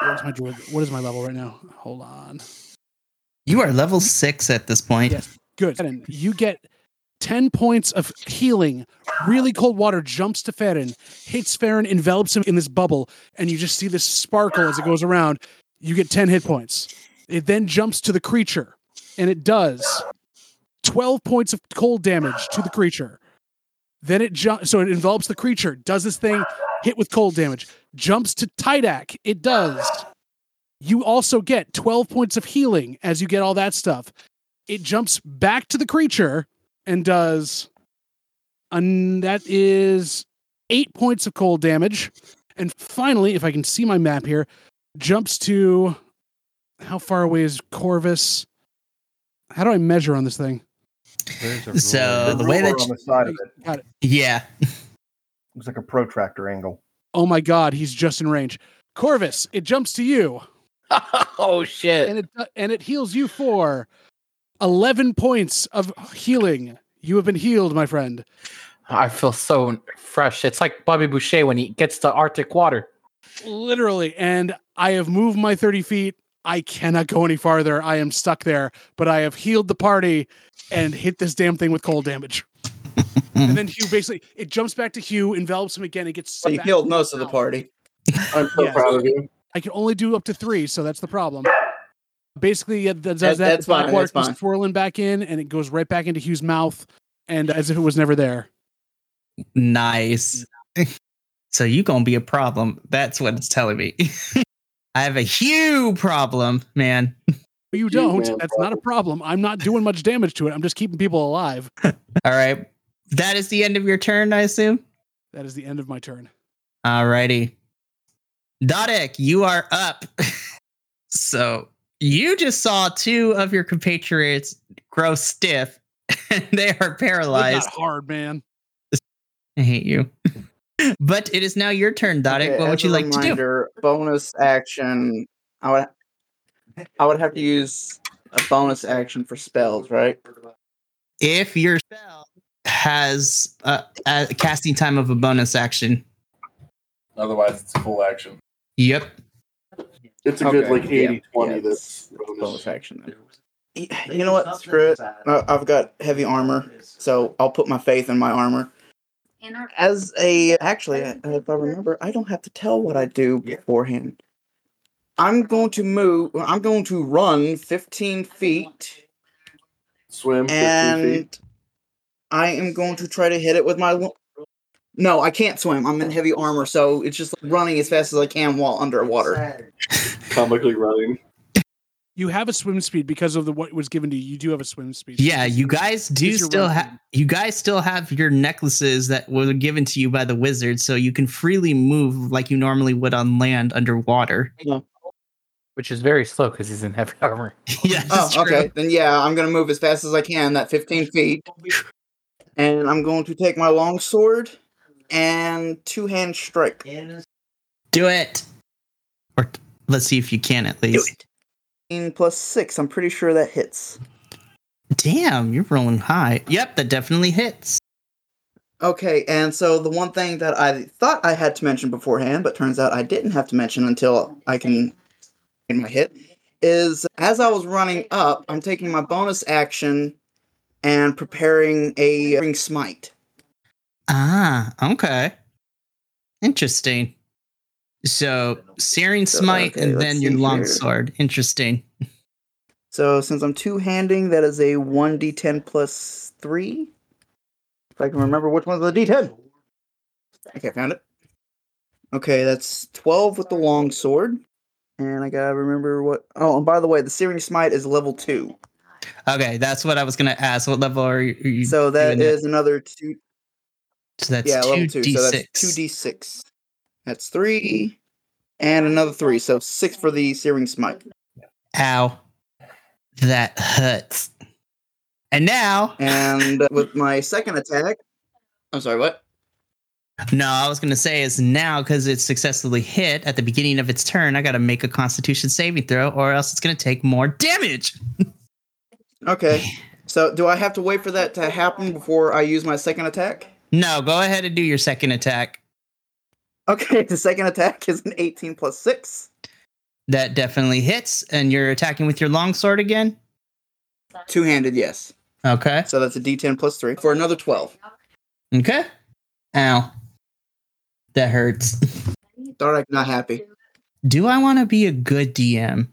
what is my druid- what is my level right now? Hold on. You are level six at this point. Yes. Good. Fedin, you get ten points of healing. Really cold water jumps to Fedin, hits Farron, envelops him in this bubble, and you just see this sparkle as it goes around. You get 10 hit points. It then jumps to the creature, and it does 12 points of cold damage to the creature. Then it jumps, so it envelops the creature, does this thing, hit with cold damage, jumps to Tidak. It does. You also get 12 points of healing as you get all that stuff. It jumps back to the creature and does, and that is eight points of cold damage. And finally, if I can see my map here, jumps to how far away is Corvus? How do I measure on this thing? So the way ruler that on the side of it yeah. looks like a protractor angle. Oh my god, he's just in range. Corvus, it jumps to you oh shit! and it and it heals you for 11 points of healing. You have been healed, my friend. I feel so fresh. It's like Bobby Boucher when he gets the Arctic water. Literally, and I have moved my 30 feet. I cannot go any farther. I am stuck there, but I have healed the party and hit this damn thing with cold damage. and then Hugh basically it jumps back to Hugh, envelops him again, and gets So you back killed to most of the out. party. I'm so Yeah. proud of you. I can only do up to three, so that's the problem. Basically, yeah, that, That- that, that's fine, black water that's comes fine. swirling back in, and it goes right back into Hugh's mouth, and as if it was never there. Nice. so you gonna be a problem. That's what it's telling me. I have a huge problem, man. But you Huge don't. man That's not a problem. I'm not doing much damage to it. I'm just keeping people alive. All right. That is the end of your turn, I assume. That is the end of my turn. All righty. Dodek, you are up. so you just saw two of your compatriots grow stiff and they are Live. paralyzed. Not hard, man. I hate you. but it is now your turn, Dodek. Okay, what would as you a like to do? reminder, Bonus action. I would. I would have to use a bonus action for spells, right? If your spell has a, a casting time of a bonus action. Otherwise, it's full action. Yep. It's a good Okay, like yeah, 80 20 yeah, that's Bonus bonus. action. Then. Y- You know what? Screw it. I- I've got heavy armor, so I'll put my faith in my armor. As a actually, uh, if I remember, I don't have to tell what I do beforehand. I'm going to move. I'm going to run 15 feet, Swim 15 feet. and I am going to try to hit it with my. lo- No, I can't swim. I'm in heavy armor, so it's just like running as fast as I can while underwater. Comically running. You have a swim speed because of the what was given to you. You do have a swim speed. Yeah, you guys do your still run have speed. you guys still have your necklaces that were given to you by the wizard, so you can freely move like you normally would on land underwater. which is very slow because he's in heavy armor. yeah, Oh, that's true. okay. Then yeah, I'm gonna move as fast as I can, that 15 feet, and I'm going to take my long sword and two hand strike. Do it. Or t- let's see if you can at least. 15 plus six. I'm pretty sure that hits. Damn, you're rolling high. Yep, that definitely hits. Okay, and so the one thing that I thought I had to mention beforehand, but turns out I didn't have to mention until I can in my hit, is as I was running up, I'm taking my bonus action and preparing a ring smite. Ah, okay. Interesting. So Searing So, Smite okay, and let's then your see here. longsword. Interesting. So since I'm two handing, that is a one d10 plus three. If I can remember which one's the d10. Okay, I found it. Okay, that's twelve with the long sword, and I gotta remember what. Oh, and by the way, the searing smite is level two, Okay, that's what I was gonna ask. What level are you? Are you so that doing is another two. So that's yeah, level two two. d So six. that's two d six. That's three, and another three. So six for the searing smite. Ow, that hurts. And now, And with my second attack, I'm sorry, what? no, I was gonna say is now because it's successfully hit at the beginning of its turn. I gotta make a Constitution saving throw, or else it's gonna take more damage. Okay. So do I have to wait for that to happen before I use my second attack? No, go ahead and do your second attack. Okay, the second attack is an 18 plus 6. That definitely hits, and you're attacking with your longsword again. Two handed, yes. Okay, So that's a d10 plus 3 for another 12. okay. Ow, that hurts. Dardak, not happy. Do I want to be a good DM?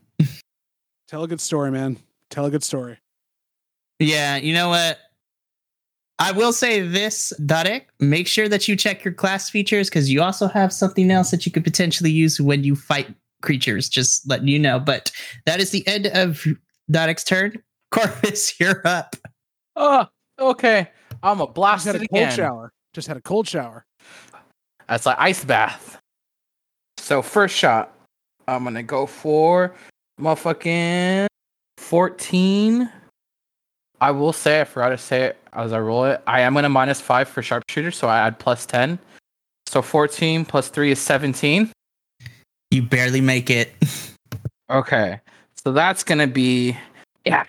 Tell a good story, man. Tell a good story. Yeah, you know what? I will say this, Darek. Make sure that you check your class features because you also have something else that you could potentially use when you fight creatures. Just letting you know. But that is the end of Darek's turn. Corvus, you're up. Oh, okay. I'm a Just blast had it a cold again. shower. Just had a cold shower. That's like ice bath. So first shot, I'm gonna go for motherfucking 14. I will say, I forgot to say it as I roll it. I am gonna minus five for sharpshooter, so I add plus 10. So 14 plus three is 17. You barely make it. Okay. So that's going to be yeah.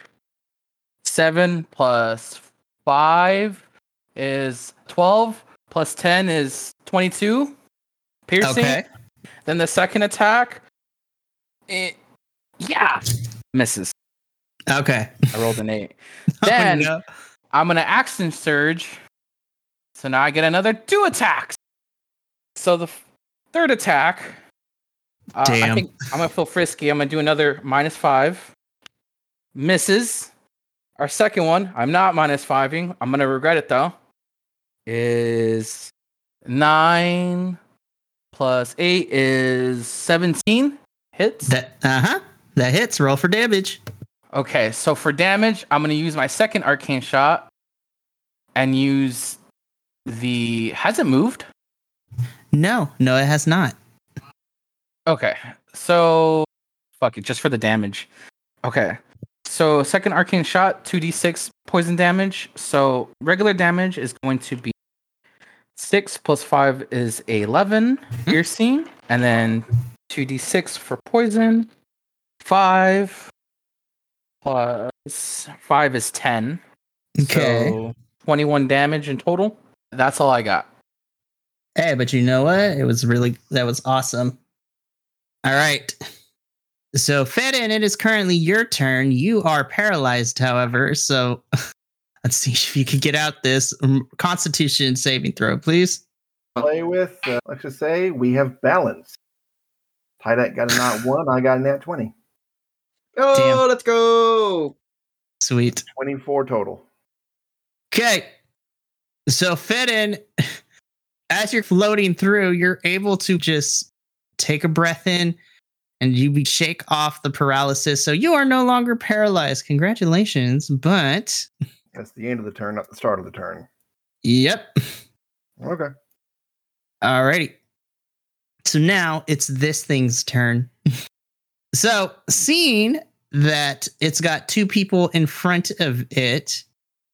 7 plus 5 is 12 plus 10 is 22 piercing. Okay. Then the second attack it yeah, misses. Okay. I rolled an 8. Oh, Then- no. I'm going to action surge. So now I get another two attacks. So the f- third attack Uh, I Damn. think I'm gonna feel frisky. I'm gonna do another minus five. Misses. Our second one. I'm not minus fiving. I'm gonna regret it though. Is nine plus eight is seventeen hits. That uh huh. That hits. Roll for damage. Okay, so for damage, I'm going to use my second arcane shot and use the. Has it moved? No, no, it has not. Okay, so. Fuck it, just for the damage. Okay, so second arcane shot, 2d6 poison damage. So regular damage is going to be 6 plus 5 is 11 piercing, and then 2d6 for poison. 5 plus 5 is 10. Okay. So 21 damage in total. That's all I got. Hey, but you know what? It was really that was awesome. All right. So Fedin, it is currently your turn. You are paralyzed, however. So let's see if you can get out this Um, Constitution saving throw, please. Play with, uh, let's just say we have balance. Tydak got a nat one, I got a nat 20. Oh, Damn. let's go. Sweet. 24 total. Okay. So Fedin, as you're floating through, you're able to just take a breath in and you be- shake off the paralysis. So you are no longer paralyzed. Congratulations, but That's the end of the turn, not the start of the turn. yep. Okay. Alrighty. So now it's this thing's turn. so seeing that it's got two people in front of it,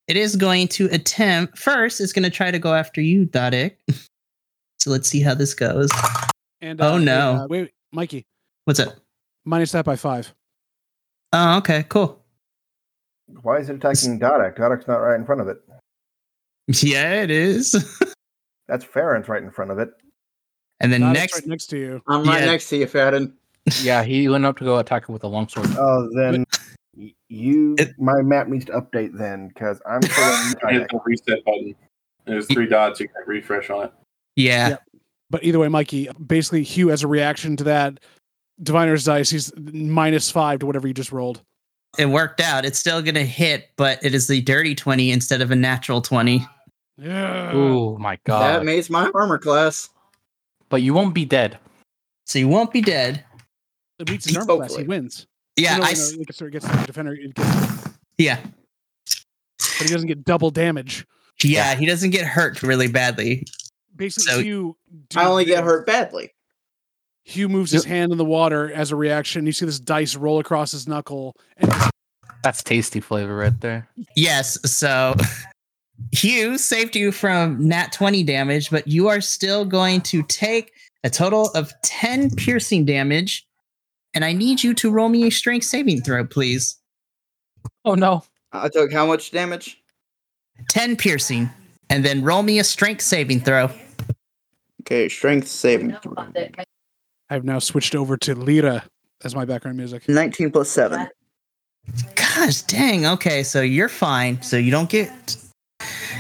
it is going to attempt first, it's gonna try to go after you, Dodek. so let's see how this goes. And uh, Oh, no. wait, wait, Mikey, What's up? minus that by five. Oh, okay, cool. Why is it attacking Dodek? Dodek's not right in front of it. Yeah, it is. That's Farron's right in front of it. and then Not- it's next right next to you. I'm right Yeah. next to you, Fadden. Yeah, he went up to go attack it with a longsword. Oh, then y- you, It- my map needs to update then, because I'm killing Hit Tydak. the reset button. There's three dots. You can refresh on it. Yeah. Yep. But either way, Mikey, basically, Hugh, as a reaction to that, Diviner's Dice, he's minus five to whatever you just rolled. It worked out. It's still gonna hit, but it is the dirty 20 instead of a natural 20. Yeah. Oh my god. That makes my armor class. but you won't be dead. So you won't be dead. It beats his armor class. He Hopefully. wins. Yeah, No, no, I no, s- it gets, it gets the defender, it gets, yeah. but he doesn't get double damage. Yeah, he doesn't get hurt really badly. Basically, So- Hugh. I only dude, get hurt badly. Hugh moves his hand in the water as a reaction. You see this dice roll across his knuckle, and That's tasty flavor right there. Yes, so Hugh saved you from nat 20 damage, but you are still going to take a total of 10 piercing damage. And I need you to roll me a strength saving throw, please. Oh no. I took how much damage? 10 piercing, and then roll me a strength saving throw. Okay, strength saving throw. I've now switched over to Lira as my background music. 19 plus 7. Gosh dang. Okay, so you're fine. So you don't get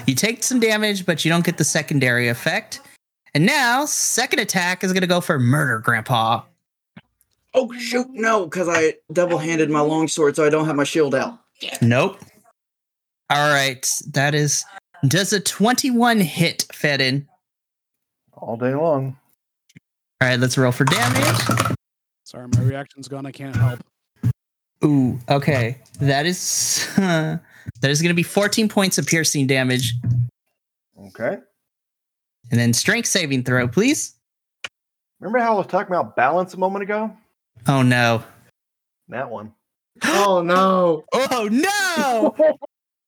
you take some damage, but you don't get the secondary effect. And now, second attack is gonna go for murder, Grandpa. Oh, shoot, no, because I double handed my longsword, so I don't have my shield out. Nope. All right. That is. Does a 21 hit fed in? all day long. All right. Let's roll for damage. Sorry, my reaction's gone. I can't help. Ooh. Okay. That is. that is going to be 14 points of piercing damage. Okay. And then strength saving throw, please. Remember how I was talking about balance a moment ago? Oh, no. That one. Oh, no. Oh, no.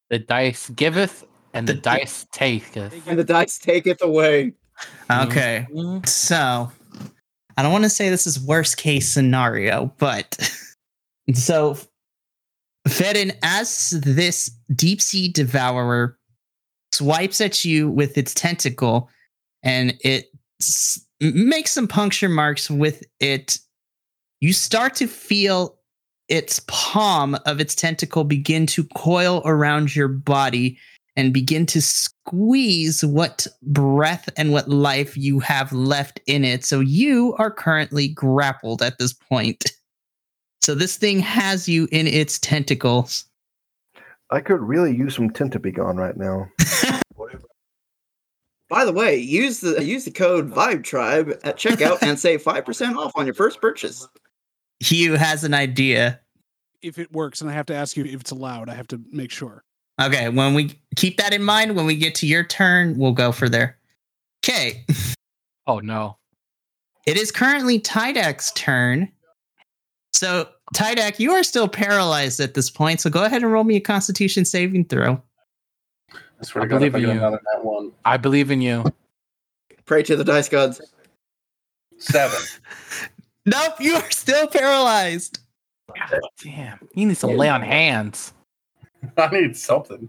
The dice giveth and the dice taketh. And the dice take it away. okay. So I don't want to say this is worst case scenario, but so Fedin, as this deep sea devourer swipes at you with its tentacle and it s- makes some puncture marks with it, you start to feel its palm of its tentacle begin to coil around your body and begin to squeeze what breath and what life you have left in it. So you are currently grappled at this point. So this thing has you in its tentacles. I could really use some Tentabegon right now. Whatever. By the way, use the use the code Vibe Tribe at checkout and save five percent off on your first purchase. Hugh has an idea. If it works, and I have to ask you if it's allowed, I have to make sure. Okay, when we keep that in mind, when we get to your turn, we'll go for there. Okay, Oh no. it is currently Tidak's turn. So, Tidak, you are still paralyzed at this point. So, go ahead and roll me a Constitution saving throw. I swear I to God, if I believe in get you. another that one. I believe in you. Pray to the dice gods. Seven. Nope, you are still paralyzed. Damn. You need to lay on hands. I need something.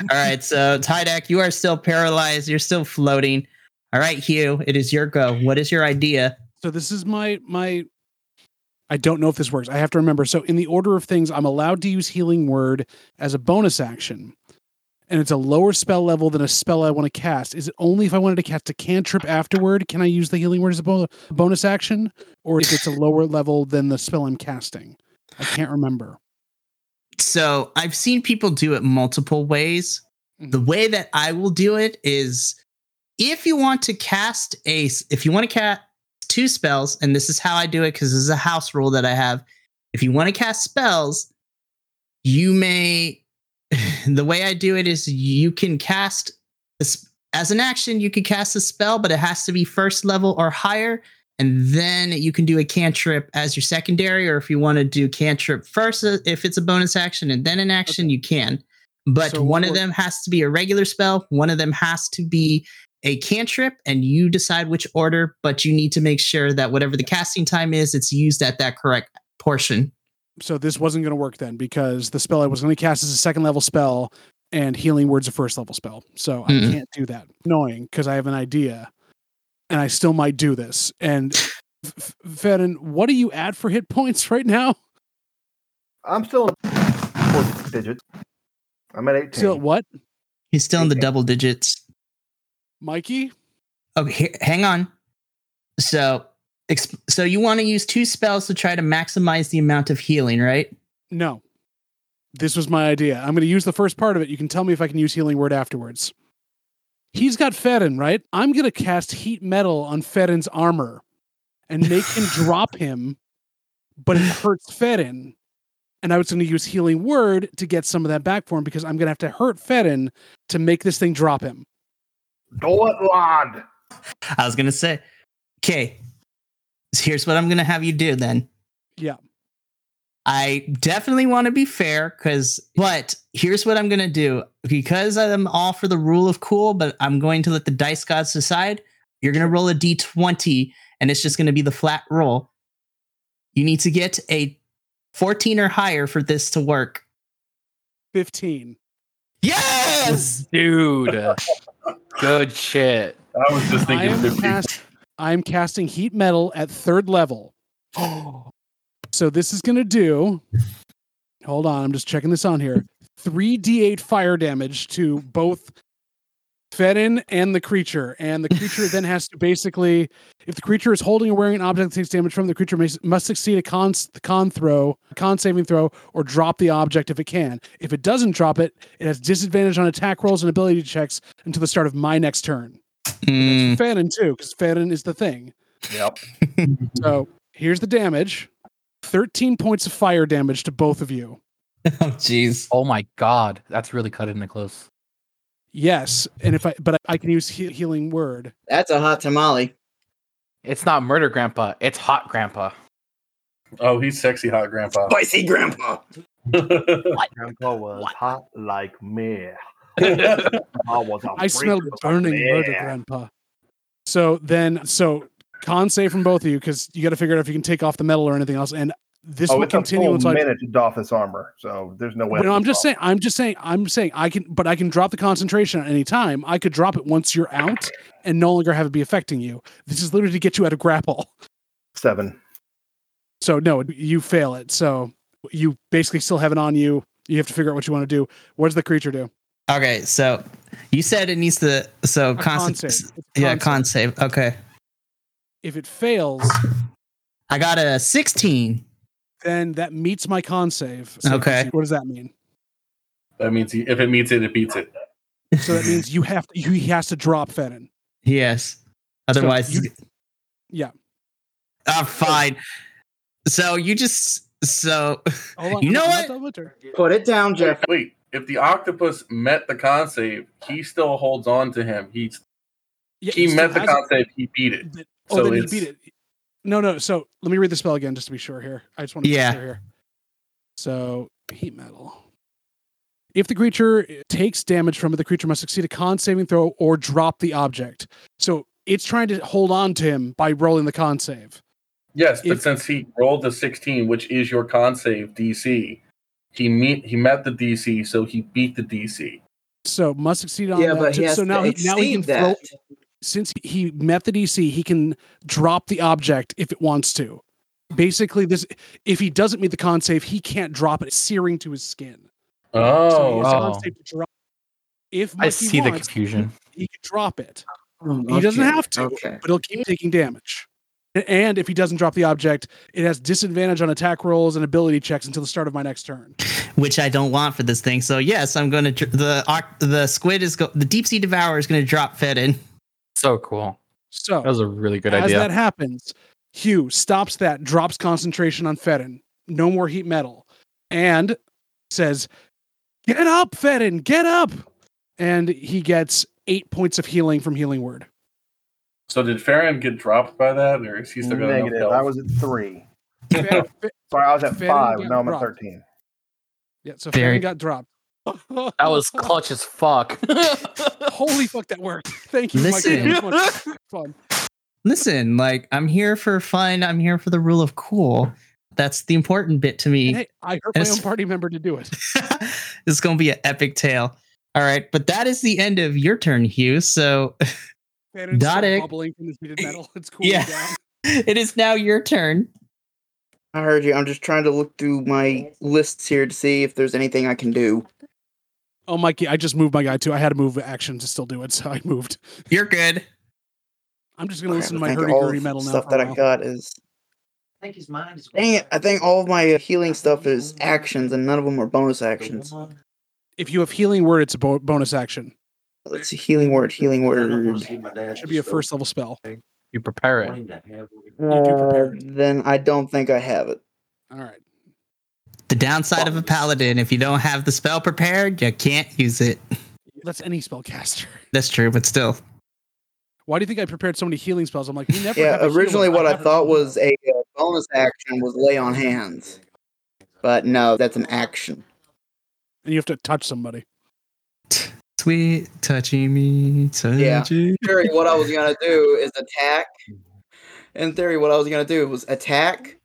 All right, so Tidak, you are still paralyzed. You're still floating. All right, Hugh, it is your go. What is your idea? So this is my my I don't know if this works. I have to remember. So in the order of things, I'm allowed to use healing word as a bonus action. And it's a lower spell level than a spell I want to cast. Is it only if I wanted to cast a cantrip afterward? Can I use the healing word as a bo- bonus action? Or if it's a lower level than the spell I'm casting? I can't remember. So I've seen people do it multiple ways. The way that I will do it is if you want to cast a if you want to cast two spells, and this is how I do it because this is a house rule that I have. If you want to cast spells, you may the way I do it is you can cast a s- as an action, you can cast a spell, but it has to be first level or higher. And then you can do a cantrip as your secondary, or if you want to do cantrip first, uh, if it's a bonus action and then an action, you can. But So one of what- them has to be a regular spell, one of them has to be a cantrip, and you decide which order. But you need to make sure that whatever the casting time is, it's used at that correct portion. So this wasn't going to work then because the spell I was going to cast is a second level spell and healing word's a first level spell. So Mm. I can't do that. Annoying because I have an idea and I still might do this. And F- F- Fedden, what do you add for hit points right now? I'm still in four digits. I'm at 18. Still at what? He's still in the Okay. double digits. Mikey? Okay, h- hang on. So, exp- so you want to use two spells to try to maximize the amount of healing, right? No. This was my idea. I'm going to use the first part of it. You can tell me if I can use healing word afterwards. He's got Fedden, right? I'm going to cast heat metal on Fedden's armor and make him drop him, but it hurts Fedden. And I was going to use healing word to get some of that back for him because I'm going to have to hurt Fedden to make this thing drop him. Do it, lad. I was gonna say, okay. Here's what I'm gonna have you do then. Yeah. I definitely want to be fair, because but here's what I'm gonna do because I'm all for the rule of cool, but I'm going to let the dice gods decide. You're gonna roll a d20, and it's just gonna be the flat roll. You need to get a 14 or higher for this to work. 15. Yes. Dude. Good shit. I was just I thinking am 15. cast- I'm casting heat metal at third level. so this is going to do. Hold on, I'm just checking this on here. 3d8 fire damage to both Fedin and the creature. And the creature then has to basically, if the creature is holding or wearing an object that takes damage from, the creature may, must succeed a con, con throw, con saving throw, or drop the object if it can. If it doesn't drop it, it has disadvantage on attack rolls and ability checks until the start of my next turn. Mm. Fanon too, because Fanon is the thing. Yep. Oh, So here's the damage: thirteen points of fire damage to both of you. Oh, jeez. Oh my god. That's really cutting it close. Yes, and if I but I, I can use he- healing word. That's a hot tamale. It's not murder grandpa, it's hot grandpa. Oh, he's sexy hot grandpa. Spicy grandpa. Grandpa was hot like me. That's I was a I smell freak. burning Yeah. murder, Grandpa. So then, so con save from both of you because you got to figure out if you can take off the metal or anything else. And this Oh, will it's a continue full until I minute to doff this armor, so there's no way. But no, I I'm can just drop saying. I'm just saying. I'm saying I can, but I can drop the concentration at any time. I could drop it once you're out and no longer have it be affecting you. This is literally to get you out of grapple. seven. So no, you fail it. So you basically still have it on you. You have to figure out what you want to do. What does the creature do? Okay, so you said it needs to. So A con, con save. It's a yeah, con con save. save. Okay, If it fails, I got a sixteen. then that meets my con save. Okay. What does that mean? That means he, if it meets it, it beats it. So that means you have to, he has to drop Fennin. Yes. Otherwise, you- yeah. Ah, fine. So you just so Hold on, You I'm know not what? done with her. Put it down, Jeff. Wait, if the octopus met the con save, he still holds on to him. He's Yeah, he still met the has it. con save. He beat it. But- Oh, So then he it's- beat it. No, no. So let me read the spell again just to be sure here. I just want to Yeah. be sure here. So heat metal. If the creature takes damage from it, the creature must succeed a con saving throw or drop the object. So it's trying to hold on to him by rolling the con save. Yes, but If- since he rolled a 16, which is your con save DC, he meet he met the DC, so he beat the DC. So must succeed on Yeah, that. but too. he has so now to he, now he can exceed that. throw since he met the DC, he can drop the object if it wants to. Basically, this if he doesn't meet the con save, he can't drop it, It's searing to his skin. So he Oh, has a con Oh. save to drop. If I Mikey see the wants, confusion. he can drop it, Oh, He doesn't okay, have to. Okay. but he'll keep taking damage. A- And if he doesn't drop the object, it has disadvantage on attack rolls and ability checks until the start of my next turn. which I don't want for this thing. So yes, I'm going to the oc- the squid is go, the deep sea devourer is going to drop fed in. So cool. So That was a really good as idea. that happens, Hugh stops that, drops concentration on Fedin, no more heat metal, and says, "Get up, Fedin, get up!" And he gets eight points of healing from Healing Word. so did Farron get dropped by that, or is he still got enough Negative. health? I was at three. Fedin- Sorry, I was at Finn five. got Now I'm at dropped. thirteen. yeah, so Very- Fedin got dropped. that was clutch as fuck. Holy fuck, that worked. Thank you, Mike. Listen. That was much fun. Listen, like I'm here for fun. I'm here for the rule of cool. That's the important bit to me. And hey, I heard And my it's- own party member to do it. this is going to be an epic tale. All right, but that is the end of your turn, Hugh. So Fedin's Got still it. bubbling from this heated metal. It's cool. Yeah. down. it is now your turn. I heard you. I'm just trying to look through my lists here to see if there's anything I can do. Oh, Mikey, I just moved my guy too. I had to move action to still do it, so I moved. You're good. I'm just gonna Okay, listen to my I think hurdy all gurdy of metal now. Stuff for that a I while. got is. I think his mind is. Dang it! I think all of my uh, healing stuff is actions, and none of them are bonus actions. If you have healing word, it's a bo- bonus action. Oh, Let's see. Healing word. Healing word. It Should be a first level spell. you prepare it. It do prepare Uh, it. then I don't think I have it. All right. The downside of a paladin, if you don't have the spell prepared, you can't use it. That's any spellcaster. That's true, but still. Why do you think I prepared so many healing spells? I'm like, we never. Yeah. have a Originally, healer. what I have a- thought was a uh, bonus action was lay on hands, but no, that's an action. And you have to touch somebody. Sweet touching me, Yeah. touching. theory, what I was gonna do is attack. In theory, what I was gonna do was attack,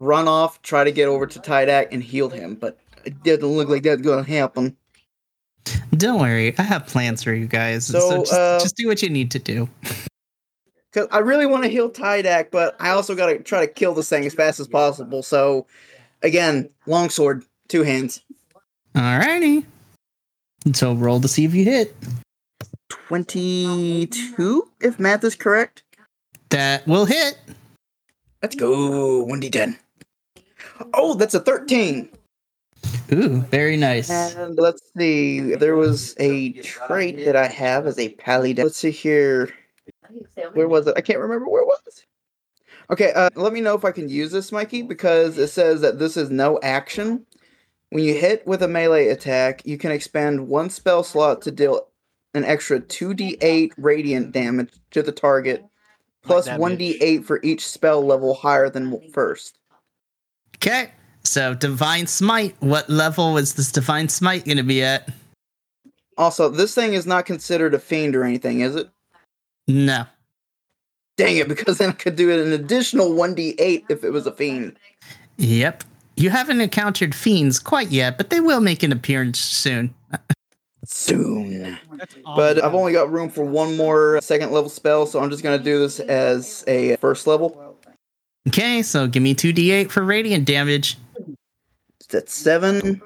run off, try to get over to Tidak and heal him, but it didn't look like that's gonna happen. Don't worry, I have plans for you guys. So, So, just, uh, just do what you need to do. Cause I really want to heal Tidak, but I also gotta try to kill this thing as fast as possible. So, again, longsword, two hands, Alrighty. So roll to see if you hit. twenty-two, if math is correct. That will hit. Let's go, one d ten. Oh, that's a thirteen. Ooh, very nice. And let's see, there was a trait that I have as a pally. Let's see here. Where was it? I can't remember where it was. Okay, uh, let me know if I can use this, Mikey, because it says that this is no action. When you hit with a melee attack, you can expend one spell slot to deal an extra 2d8 radiant damage to the target, plus damage. 1d8 for each spell level higher than first. Okay. So divine smite. What level is this divine smite going to be at? Also, this thing is not considered a fiend or anything, is it? No. Dang it, because then I could do an additional 1d8 if it was a fiend. Yep. You haven't encountered fiends quite yet, but they will make an appearance soon. Soon. That's But awesome. I've only got room for one more second level spell, so I'm just going to do this as a first level. Okay, so give me 2d8 for radiant damage. That's 7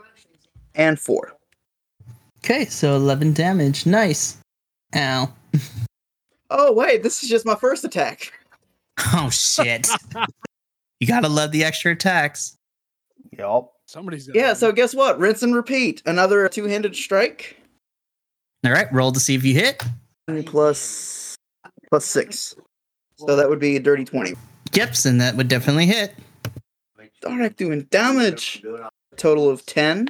and 4. Okay, so 11 damage. Nice. Ow. Oh wait, this is just my first attack. Oh, shit. you gotta love the extra attacks. Yup. Somebody's got Yeah, so guess what? Rinse and repeat. Another two-handed strike. All right, roll to see if you hit. Plus plus six. So that would be a dirty twenty. Yips, and that would definitely hit. All right, doing damage. Total of ten.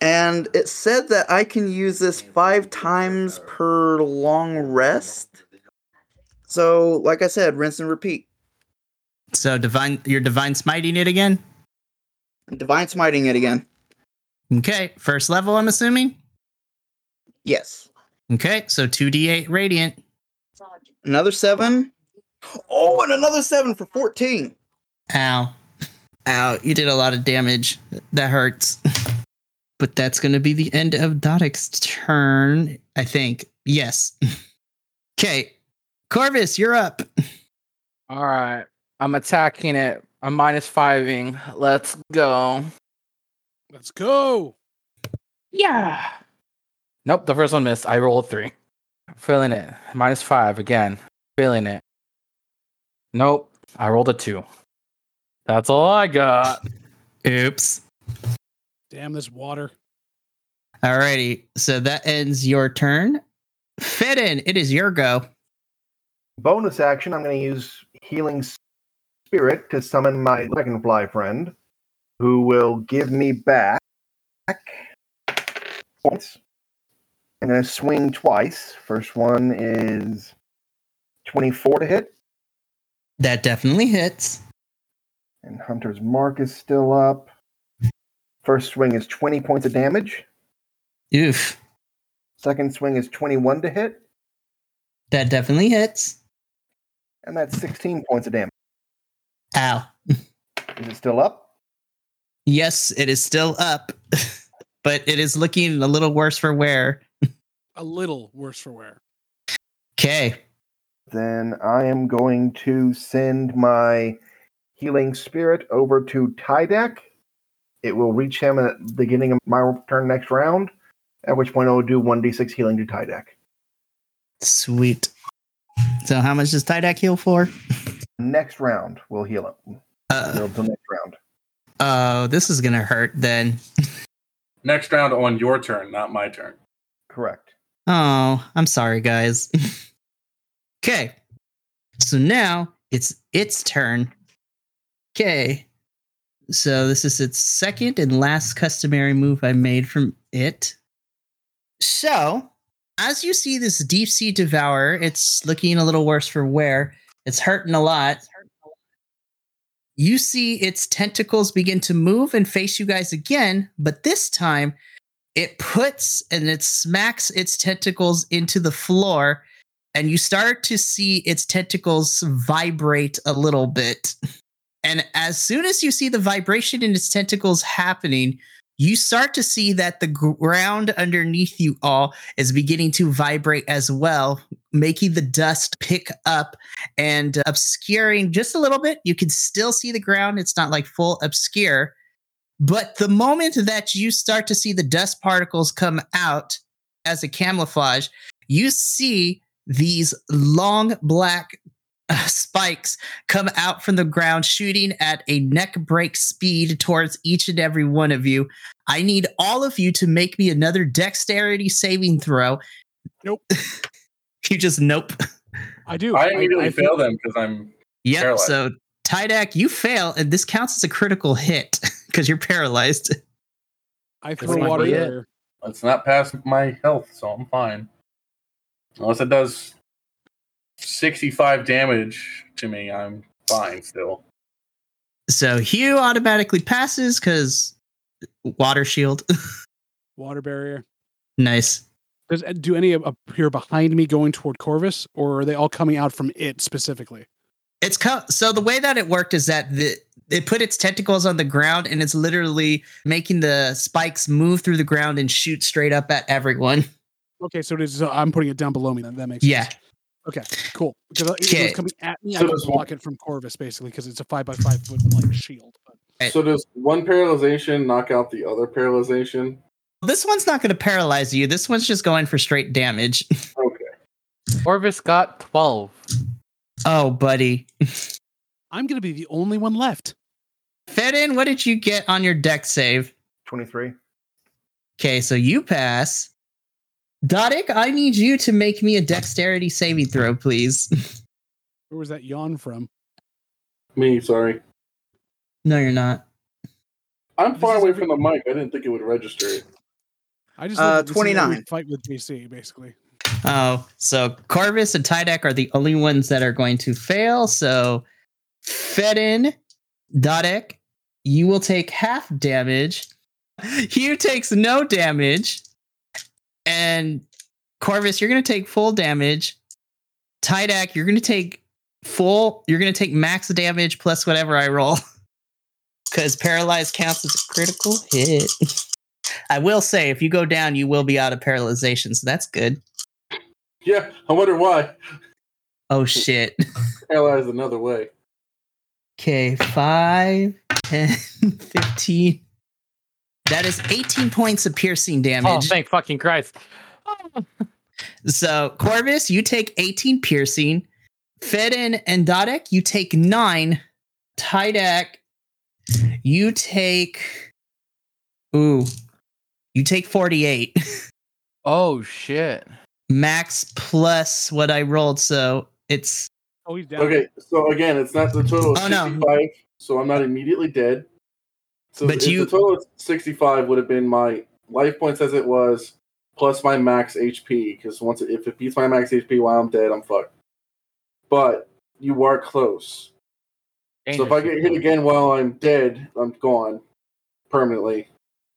And it said that I can use this five times per long rest. So, like I said, rinse and repeat. So divine, you're divine smiting it again. Divine smiting it again. Okay, first level, I'm assuming. Yes. Okay, so 2d8 radiant. Another seven. Oh, and another seven for 14. Ow. Ow, you did a lot of damage. That hurts. But that's going to be the end of Dodik's turn, I think. Yes. Okay, Corvus, you're up. All right. I'm attacking it. I'm minus fiving. Let's go. Let's go. Yeah. Nope, the first one missed. I rolled three. Feeling it. Minus five again. Feeling it. Nope. I rolled a two. That's all I got. Oops. Damn this water. Alrighty, so that ends your turn. Fidden, it is your go. Bonus action, I'm going to use Healing Spirit to summon my dragonfly friend, who will give me back points. I'm going to swing twice. First one is 24 to hit, That definitely hits. and Hunter's Mark is still up. First swing is 20 points of damage. Oof. Second swing is 21 to hit, That definitely hits. and that's 16 points of damage. Ow. Is it still up? Yes, it is still up, but it is looking a little worse for wear. A little worse for wear. Okay. Then I am going to send my healing spirit over to Tydak. It will reach him at the beginning of my turn next round, at which point I will do 1d6 healing to Tydak. Sweet. So how much does Tydak heal for? Next round, we'll heal him. Uh Heal till next round. oh, this is gonna hurt then. Next round on your turn, not my turn. Correct. Oh, I'm sorry guys. okay. So now it's its turn. Okay. So this is its second and last customary move I made from it. So, as you see this deep sea devourer, it's looking a little worse for wear. It's hurting a lot. You see its tentacles begin to move and face you guys again, but this time it puts and it smacks its tentacles into the floor, and you start to see its tentacles vibrate a little bit. And as soon as you see the vibration in its tentacles happening, you start to see that the ground underneath you all is beginning to vibrate as well, making the dust pick up and uh, obscuring just a little bit. You can still see the ground, it's not like full obscure. But the moment that you start to see the dust particles come out as a camouflage, you see these long black uh, spikes come out from the ground, shooting at a neck break speed towards each and every one of you. I need all of you to make me another dexterity saving throw. Nope. you just nope. I do. I immediately feel- fail them because I'm Yep. Paralyzed. So Tydak, you fail, and this counts as a critical hit because you're paralyzed. I That's throw my water hit. there. it's not past my health, so I'm fine. Unless it does 65 damage to me, I'm fine still. So Hugh automatically passes because water shield. Water barrier. nice. Does uh, do any up here behind me going toward Corvus, or are they all coming out from it specifically? It's co- so the way that it worked is that the it put its tentacles on the ground and it's literally making the spikes move through the ground and shoot straight up at everyone. Okay, so it is. Uh, I'm putting it down below me. Then that makes Yeah. sense. Okay, cool. Because it Okay. was coming at me, So I can does- block it from Corvus basically because it's a five by five foot like shield. Right. So does one paralyzation knock out the other paralyzation? This one's not going to paralyze you. This one's just going for straight damage. Okay. Orvis got 12. Oh, buddy. I'm gonna be the only one left. Fedin, what did you get on your deck save? 23. Okay, so you pass. Dodic, I need you to make me a dexterity saving throw, please. Where was that yawn from? Me, sorry. no, you're not. I'm This far is away every- from the mic. I didn't think it would register it. I just Uh, love that this is what we 29. fight with JC basically. Oh, so Corvus and Tydek are the only ones that are going to fail. So Fedin, Dodic, you will take half damage. Hugh takes no damage. And Corvus, you're going to take full damage. Tydek, you're going to take full, you're going to take max damage plus whatever I roll. Because paralyzed counts as a critical hit. I will say, if you go down, you will be out of paralyzation. So that's good. Yeah, I wonder why. Oh shit. Paralyzed another way. Okay, 5, 10, 15. That is 18 points of piercing Oh, damage. thank fucking Christ. so, Corvus, you take 18 piercing. Fedin and Dodek, you take 9. Tydak, you take. Ooh. You take 48. Oh, shit. Max plus what I rolled. So it's. Oh, he's down. Okay, so again, it's not the total. Of Oh, no. 65, So I'm not immediately dead. So But if you- the total of 65 would have been my life points as it was, plus my max HP. Because once it, if it beats my max HP while I'm dead, I'm fucked. But you are close. So if I get hit again while I'm dead, I'm gone permanently.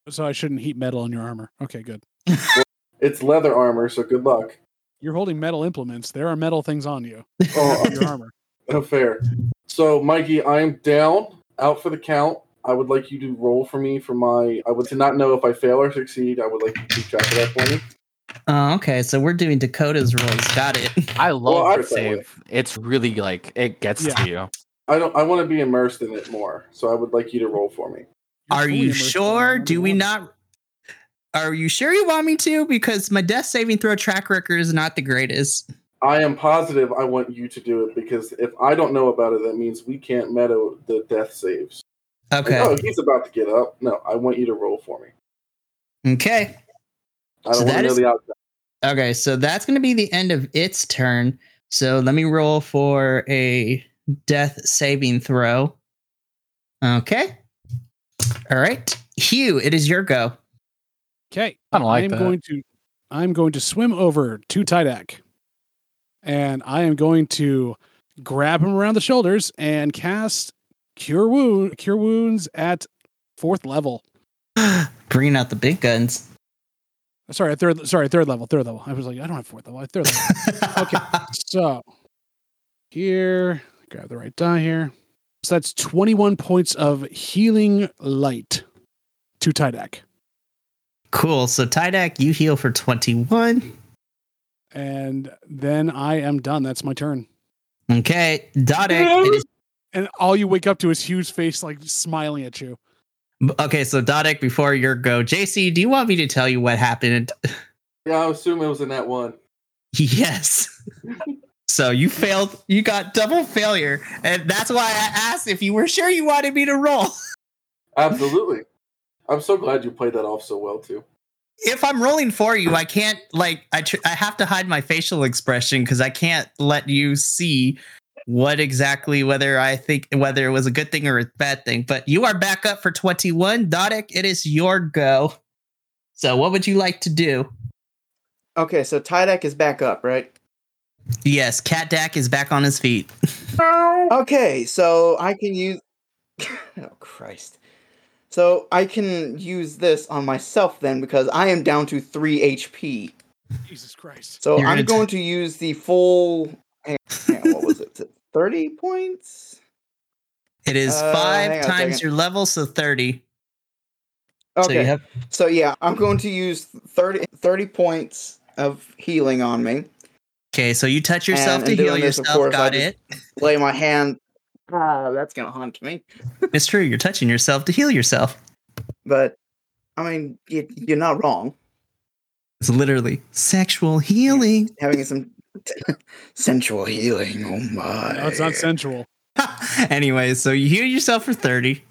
So I shouldn't heat metal on your armor. Okay, good. It's leather armor, so good luck. You're holding metal implements. There are metal things on you. Oh, Your armor. Oh, fair. So, Mikey, I am down, out for the count. I would like you to roll for me for my. I would to not know if I fail or succeed. I would like you to keep track of that for me. Oh, okay. So we're doing Dakota's rolls. Got it. I love Well, I- the save. It's really like, it gets Yeah. to you. I don't. I want to be immersed in it more. So I would like you to roll for me. You're Are fully you immersed in sure? armor. Do we not? Are you sure you want me to? Because my death saving throw track record is not the greatest. I am positive I want you to do it because if I don't know about it, that means we can't meadow the death saves. Like, Okay. oh, he's about to get up. No, I want you to roll for me. Okay. I don't So want that to know is- the outcome. Okay. So that's going to be the end of its turn. So let me roll for a death saving throw. Okay. All right. Hugh, it is your go. Okay. I don't like I'm that. going to I'm going to swim over to Tidak. And I am going to grab him around the shoulders and cast cure wound cure wounds at fourth level. Bringing out the big guns. Sorry, at third sorry, third level, third level. I was like, I don't have fourth level, I have third level. Okay. so here, grab the right die here. So that's 21 points of healing light to Tidak. Cool. So Tydak, you heal for 21. And then I am done. That's my turn. Okay. Dodek, it is And all you wake up to is Hugh's face like smiling at you. B- Okay, so Dodek, before your go, JC, do you want me to tell you what happened? Yeah, I assume it was in that one. yes. so you failed. You got double failure, and that's why I asked if you were sure you wanted me to roll. Absolutely. I'm so glad you played that off so well too. If I'm rolling for you, I can't like I tr- I have to hide my facial expression because I can't let you see what exactly whether I think whether it was a good thing or a bad thing. But you are back up for 21, Dodek. It is your go. So what would you like to do? Okay, so Tydek is back up, right? Yes, Cat Dak is back on his feet. Okay, so I can use. oh Christ! So I can use this on myself then because I am down to three HP. Jesus Christ. So You're I'm gonna t- going to use the full. Hang on, hang on, what was it? Thirty points. It is Uh, hang five on a times second. your level, so 30. Okay. So you have So yeah, I'm going to use 30, 30 points of healing on me. okay, so you touch yourself And- to and heal doing this, of yourself. course, I Got just- it. Lay my hand. Ah, that's gonna haunt me. it's true. You're touching yourself to heal yourself. But I mean, you, you're not wrong. It's literally sexual healing. Having some sensual healing. Oh my! No, it's not sensual. anyway, so you heal yourself for 30.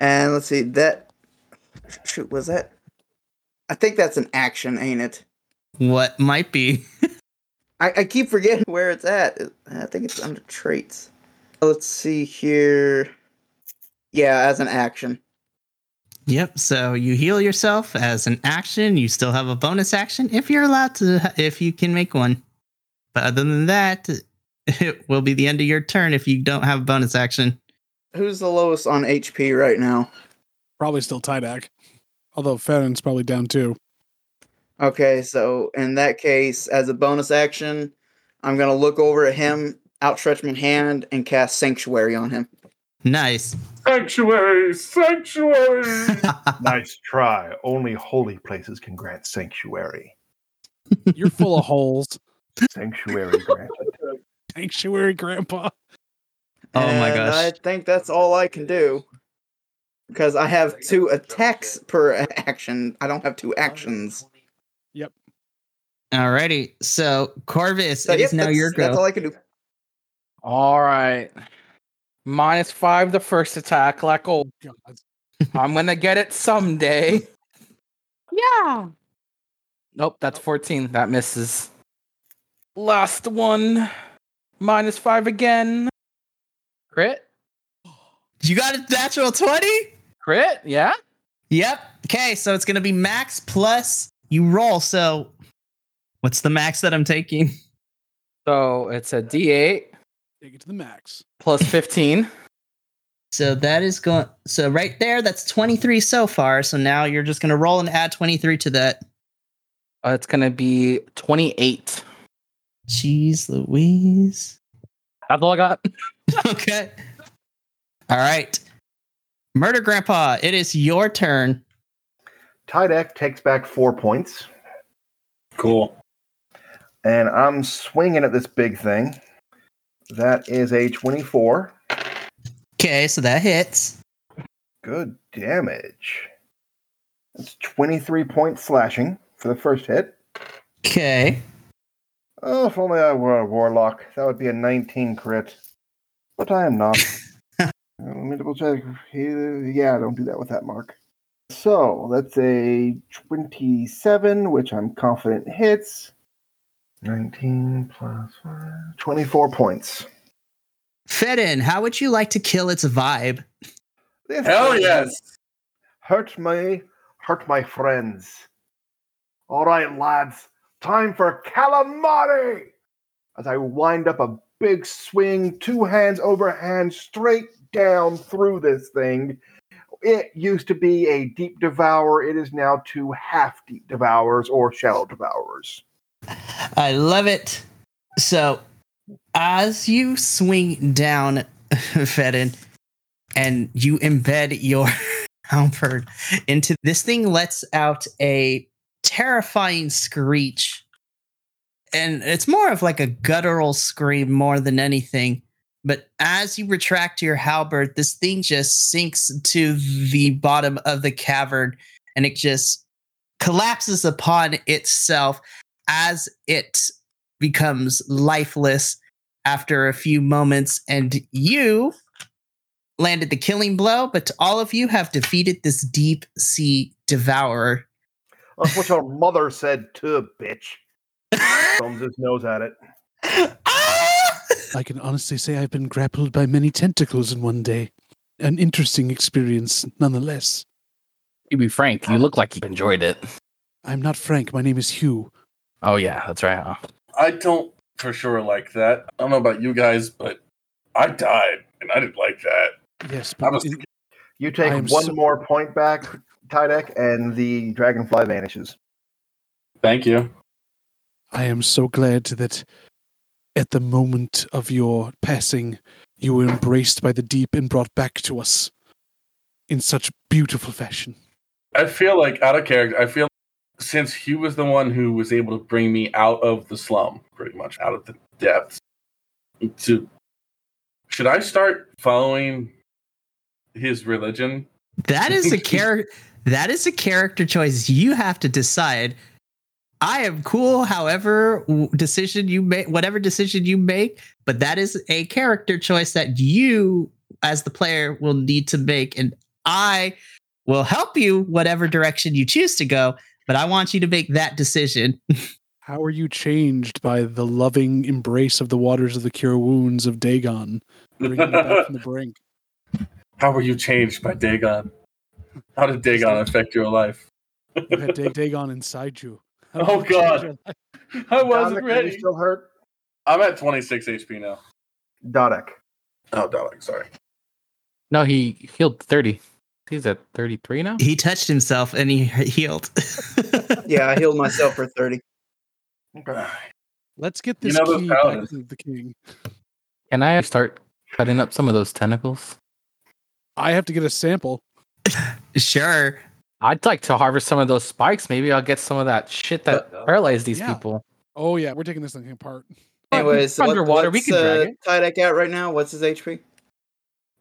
and let's see that. Shoot, was that? I think that's an action, ain't it? What might be? I, I keep forgetting where it's at. I think it's under traits. Let's see here. Yeah, as an action. Yep. So you heal yourself as an action. You still have a bonus action if you're allowed to, if you can make one. But other than that, it will be the end of your turn if you don't have a bonus action. Who's the lowest on HP right now? Probably still Tidak. Although Fenn's probably down too. Okay, so in that case, as a bonus action, I'm gonna look over at him, outstretch my hand, and cast Sanctuary on him. Nice. Sanctuary, sanctuary. Nice try. Only holy places can grant sanctuary. You're full of holes. Sanctuary granted. Sanctuary, Grandpa. Oh my And gosh. I think that's all I can do because I have two attacks per a- action. I don't have two actions. Alrighty. So Corvus, So it is yep, now that's, your that's go. all I can do. All right. Minus five the first attack, like old. God. I'm gonna get it someday. Yeah. Nope, that's 14. That misses. Last one. Minus five again. Crit? You got a natural 20? Crit? Yeah. Yep. Okay, so it's gonna be max plus you roll. So what's the max that I'm taking? So it's a D8 Take it to the max. plus 15. So that is going so right there, that's 23 so far. So now you're just gonna roll and add 23 to that. Uh, it's gonna be 28. Jeez Louise. That's all I got. okay. All right. Murder Grandpa, it is your turn. Tydak takes back four points, Cool. and I'm swinging at this big thing. That is a 24. Okay, so that hits. Good damage. That's 23 points slashing for the first hit. Okay. Oh, if only I were a warlock. That would be a 19 crit. But I am not. Uh, Let me double check. Uh, Yeah, don't do that with that mark. So that's a 27, which I'm confident hits. 19 plus 5. 24 points. Fedin, how would you like to kill its vibe? This Hell thing yes. Hurt my, hurt my friends. All right, lads, time for calamari. As I wind up a big swing, two hands over hand, straight down through this thing. It used to be a deep devourer. It is now two half deep devourers or shallow devourers. I love it. So, as you swing down, Fedin, and you embed your halberd into this thing, lets out a terrifying screech. And it's more of like a guttural scream more than anything. But as you retract your halberd, this thing just sinks to the bottom of the cavern and it just collapses upon itself as it becomes lifeless after a few moments and you landed the killing blow but all of you have defeated this deep sea devourer That's what your mother said too, bitch. Thumbs his nose at it. Ah! I can honestly say I've been grappled by many tentacles in one day. An interesting experience, nonetheless. You be frank, you look like you enjoyed it. I'm not Frank. My name is Hugh. Oh, yeah, that's right. huh? I don't for sure like that. I don't know about you guys, but I died and I didn't like that. Yes, I but was- in- You I take am one so- more point back, Tydek, and the dragonfly vanishes. Thank you. I am so glad that at the moment of your passing, you were embraced by the deep and brought back to us in such beautiful fashion. I feel like out of character. I feel since he was the one who was able to bring me out of the slum, pretty much out of the depths. To should I start following his religion? that is a character That is a character choice you have to decide. I am cool, however w- decision you make, whatever decision you make, but that is a character choice that you, as the player, will need to make, and I will help you whatever direction you choose to go. But I want you to make that decision. How are you changed by the loving embrace of the waters of the cure wounds of Dagon, bringing you back from the brink? How were you changed by Dagon? How did Dagon affect your life? You had Dag- Dagon inside you. How Oh, did you change God. your life? I Dominic, wasn't are you ready. still hurt? I'm at 26 HP now. Dodek. Oh, Dalek, sorry. No, he healed 30. He's at 33 now. He touched himself and he healed. Yeah, I healed myself for 30. Okay. Ah. Let's get You this know those key back paladins. to the king. Can I start cutting up some of those tentacles? I have to get a sample. sure. I'd like to harvest some of those spikes. Maybe I'll get some of that shit that Uh, paralyzed these yeah. people. Oh yeah, we're taking this thing apart. Anyways, It's underwater. we can drag it. Tydeck out uh, right now. What's his HP?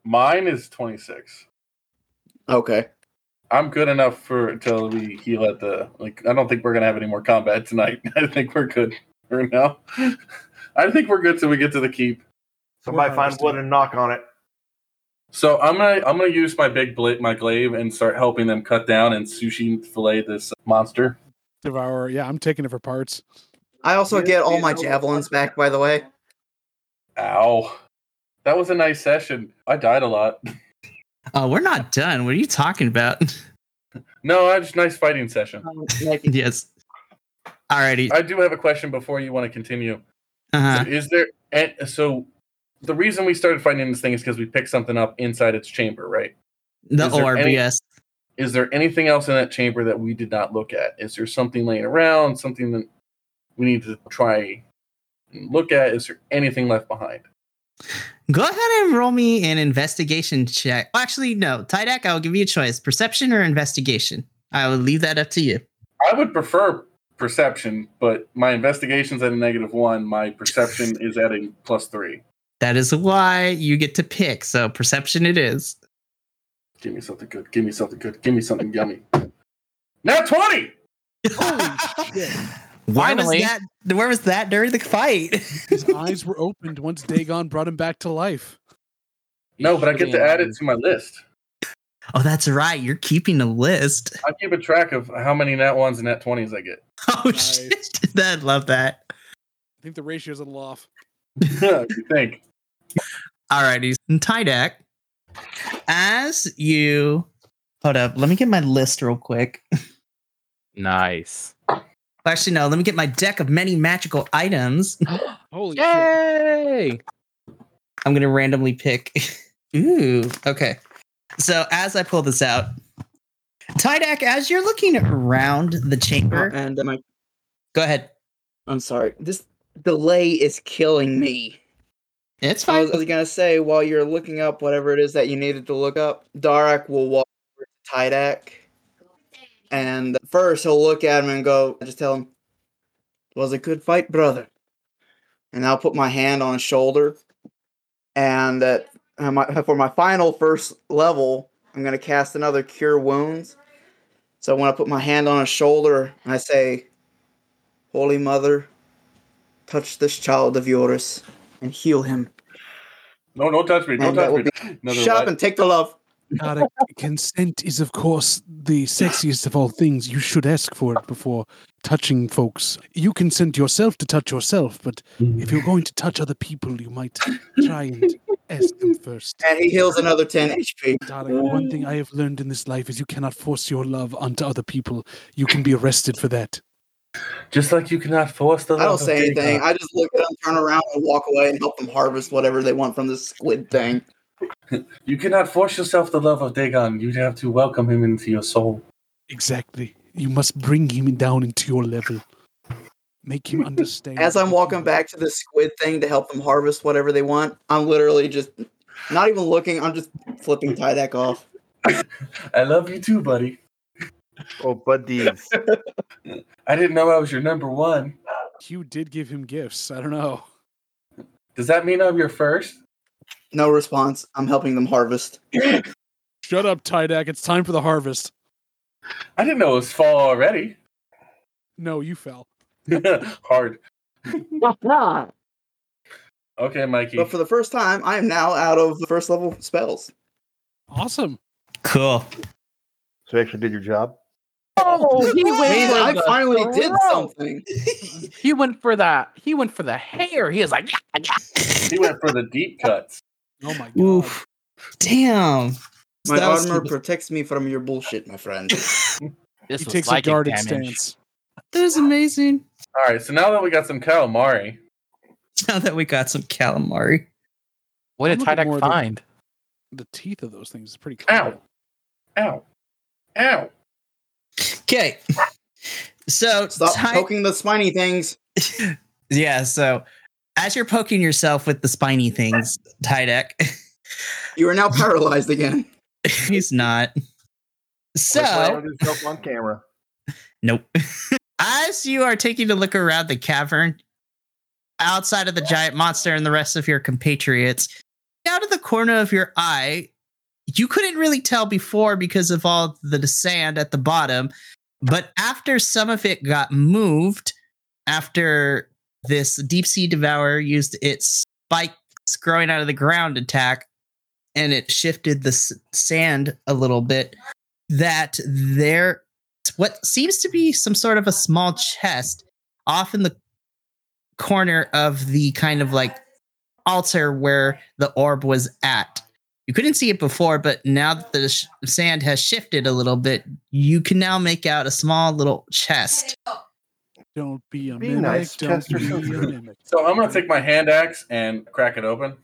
Mine is 26. Okay. I'm good enough for until we heal at the like. I don't think we're gonna have any more combat tonight. I think we're good for now. I think we're good till we get to the keep. Somebody We're find harvesting. wood and knock on it. So I'm gonna I'm gonna use my big bla- my glaive and start helping them cut down and sushi fillet this monster. Devour. Yeah, I'm taking it for parts. I also Yeah, get all my yeah. javelins back, by the way. Ow, that was a nice session. I died a lot. Uh, we're not done. What are you talking about? No, I just nice fighting session. yes. Alrighty. I do have a question before you want to continue. Uh-huh. Is there and so the reason we started fighting this thing is because we picked something up inside its chamber, right? The Is there orb, any- yes. is there anything else in that chamber that we did not look at? Is there something laying around? Something that we need to try and look at? Is there anything left behind? Go ahead and roll me an investigation check. Actually, no. Tydak, I'll give you a choice. Perception or investigation? I will leave that up to you. I would prefer perception, but my investigation's at a negative one. My perception is at a plus three. That is why you get to pick. So perception it is. Give me something good. Give me something good. Give me something yummy. Now 20! Holy shit. Why was Finally. that where was that during the fight? His eyes were opened once Dagon brought him back to life. No, but I get to add it to my list. oh, that's right. You're keeping a list. I keep a track of how many nat ones and nat 20s I get. Oh Nice. shit. I love that. I think the ratio's a little off. you think? Alrighty. And Tydak. As you hold up, let me get my list real quick. Nice. Actually, no, let me get my deck of many magical items. Holy shit. Yay! I'm gonna randomly pick. Ooh, okay. So as I pull this out, Tydak, as you're looking around the chamber, And my, go ahead. I'm sorry. This delay is killing me. It's I was, fine. I was gonna say while you're looking up whatever it is that you needed to look up, Darak will walk over to Tydak, and first he'll look at him and go, just tell him, "Was a good fight, brother." And I'll put my hand on his shoulder, and that and my, for my final first level, I'm gonna cast another Cure Wounds. So when I put my hand on his shoulder, I say, "Holy Mother, touch this child of yours and heal him." No, don't touch me. Don't And that touch will me. Another Shut up what? and take the love. God, I- consent is, of course, the sexiest of all things. You should ask for it before touching folks. You consent yourself to touch yourself, but if you're going to touch other people, you might try and ask them first. And he heals another 10 HP. Darling, one thing I have learned in this life is you cannot force your love onto other people. You can be arrested for that. Just like you cannot force the I love don't of say anything. Dagon. I just look at him, turn around, and walk away and help them harvest whatever they want from this squid thing. You cannot force yourself the love of Dagon. You have to welcome him into your soul. Exactly. You must bring him down into your level. Make him understand. As I'm that walking you- back to the squid thing to help them harvest whatever they want, I'm literally just not even looking. I'm just flipping Tydak off. I love you too, buddy. Oh, buddies. I didn't know I was your number one. Q did give him gifts. I don't know. Does that mean I'm your first? No response. I'm helping them harvest. Shut up, Tydak. It's time for the harvest. I didn't know it was fall already. No, you fell. Hard. Okay, Mikey. But for the first time, I am now out of the first level spells. Awesome. Cool. So you actually did your job. Oh, he Man, went. I for the- finally did throat. something. He went for the. He went for the hair. He was like, "Yeah, yeah." He went for the deep cuts. Oh my god. Oof. Damn. My That was armor stupid. protects me from your bullshit, my friend. This he was takes a psychic guarded damage. stance. That is amazing. All right, so now that we got some calamari, Now that we got some calamari. What did I'm looking more at Tydak the- find? The teeth of those things is pretty cool. Ow. ow, ow. Okay. So Stop Ty- poking the spiny things. Yeah, so as you're poking yourself with the spiny things, Tydek, You are now paralyzed again. he's not. So Quit blaming yourself on camera. Nope. As you are taking a look around the cavern, outside of the giant monster and the rest of your compatriots, out of the corner of your eye, you couldn't really tell before because of all the sand at the bottom. But after some of it got moved, after this deep sea devourer used its spikes growing out of the ground attack, and it shifted the s- sand a little bit, that there what seems to be some sort of a small chest off in the corner of the kind of like altar where the orb was at. You couldn't see it before, but now that the sh- sand has shifted a little bit, you can now make out a small little chest. Don't be a Be mimic. nice, Don't Chester. be a mimic. So I'm gonna take my hand axe and crack it open.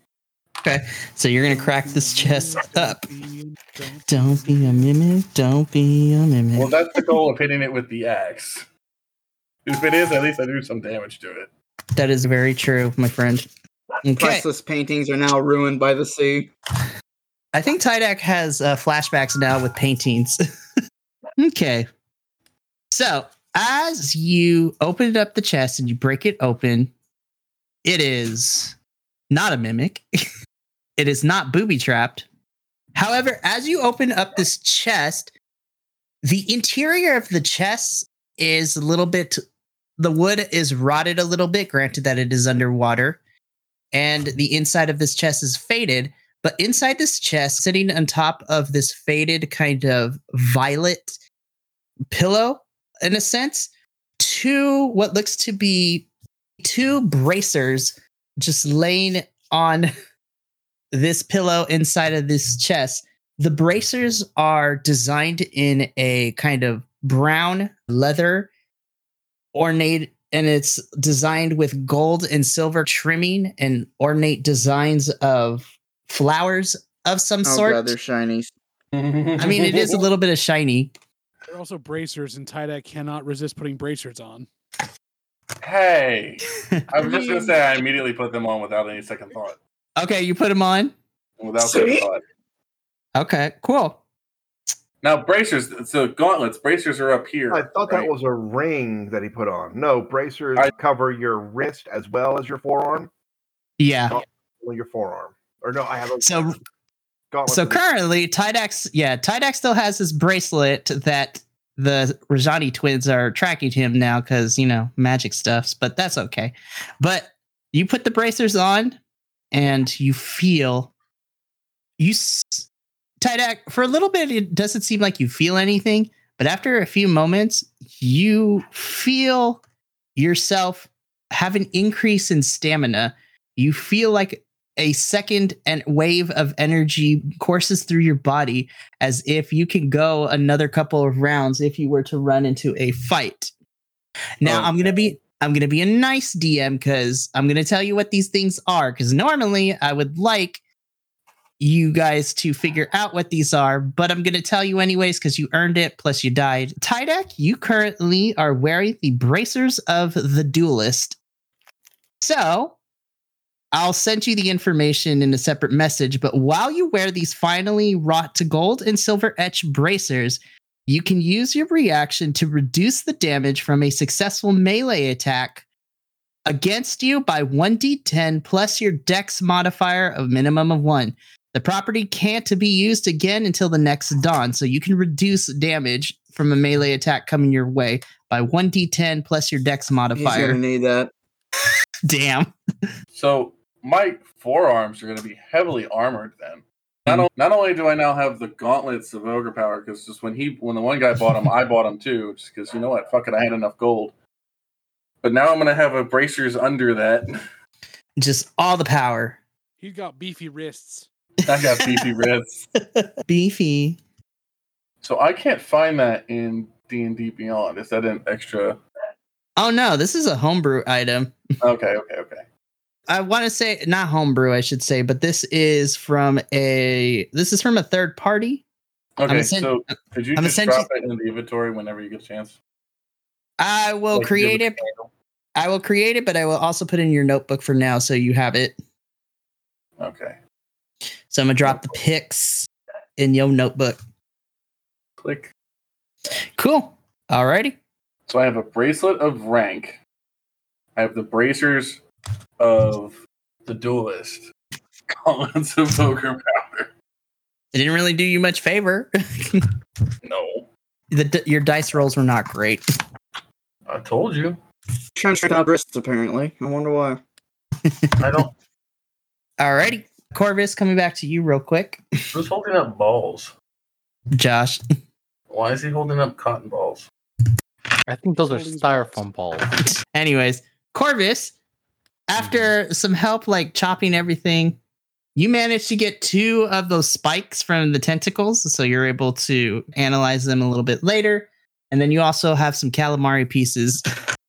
So you're going to crack this chest Don't up. be- don't- Don't be a mimic. Don't be a mimic. Well, that's the goal of hitting it with the axe. If it is, at least I do some damage to it. that is very true, my friend. Okay. Priceless paintings are now ruined by the sea. I think Tydak has uh, flashbacks now with paintings. okay. So, as you open up the chest and you break it open, it is not a mimic. it is not booby trapped. However, as you open up this chest, the interior of the chest is a little bit, the wood is rotted a little bit, granted that it is underwater. And the inside of this chest is faded. But inside this chest, sitting on top of this faded kind of violet pillow, in a sense, two what looks to be two bracers just laying on this pillow inside of this chest. The bracers are designed in a kind of brown leather ornate and it's designed with gold and silver trimming and ornate designs of flowers of some Oh sort. god, they're shiny. I mean, it is a little bit of shiny. They're also bracers, and Tydak cannot resist putting bracers on. Hey, I was just gonna say I immediately put them on without any second thought. Okay, you put them on. Without second Sweet. thought. Okay, cool. Now bracers. So gauntlets. Bracers are up here. I thought right? that was a ring that he put on. No, bracers I- cover your wrist as well as your forearm. Yeah. Only your forearm. Or no, I have a So gauntlet. so currently, Tydax, yeah, Tydax still has his bracelet that the Rajani twins are tracking him now because you know magic stuffs, but that's okay. But you put the bracers on, and you feel you s- Tydax for a little bit. It doesn't seem like you feel anything, but after a few moments, you feel yourself have an increase in stamina. You feel like a second and wave of energy courses through your body as if you can go another couple of rounds if you were to run into a fight. Now I'm gonna be I'm gonna be a nice DM because I'm gonna tell you what these things are. Because normally I would like you guys to figure out what these are, but I'm gonna tell you anyways because you earned it. Plus you died. Tydak, you currently are wearing the bracers of the duelist. So I'll send you the information in a separate message, but while you wear these finely wrought to gold and silver etched bracers, you can use your reaction to reduce the damage from a successful melee attack against you by 1d10 plus your dex modifier of minimum of 1. The property can't be used again until the next dawn, so you can reduce damage from a melee attack coming your way by 1d10 plus your dex He's gonna modifier. need that. Damn. So my forearms are going to be heavily armored then. Not, o- not only do I now have the gauntlets of ogre power, because just when he when the one guy bought them, I bought them too, just because you know what, fuck it, I had enough gold. But now I'm going to have a bracers under that. Just all the power. He's got beefy wrists. I got beefy wrists, Beefy. so I can't find that in D and D Beyond. Is that an extra? Oh no, this is a homebrew item. Okay, okay, okay. I want to say not homebrew, I should say, but this is from a this is from a third party. Okay, essen- so could you I'm just essentially- drop it in the inventory whenever you get a chance? I will Like you did create with it. I will create it, but I will also put it in your notebook for now, so you have it. the- Okay, So I'm gonna drop the pics in your notebook. click. Cool. Alrighty. So I have a bracelet of rank. I have the bracers of the duelist. Gauntlets of ogre power. It didn't really do you much favor. No, the, d- your dice rolls were not great. I told you. Trying to straighten out wrists, apparently. I wonder why. I don't. Alrighty. Corvus, coming back to you real quick. Who's holding up balls? Josh. Why is he holding up cotton balls? I think those are Holding styrofoam balls. Anyways, Corvus, after some help like chopping everything, you managed to get two of those spikes from the tentacles, so you're able to analyze them a little bit later. And then you also have some calamari pieces.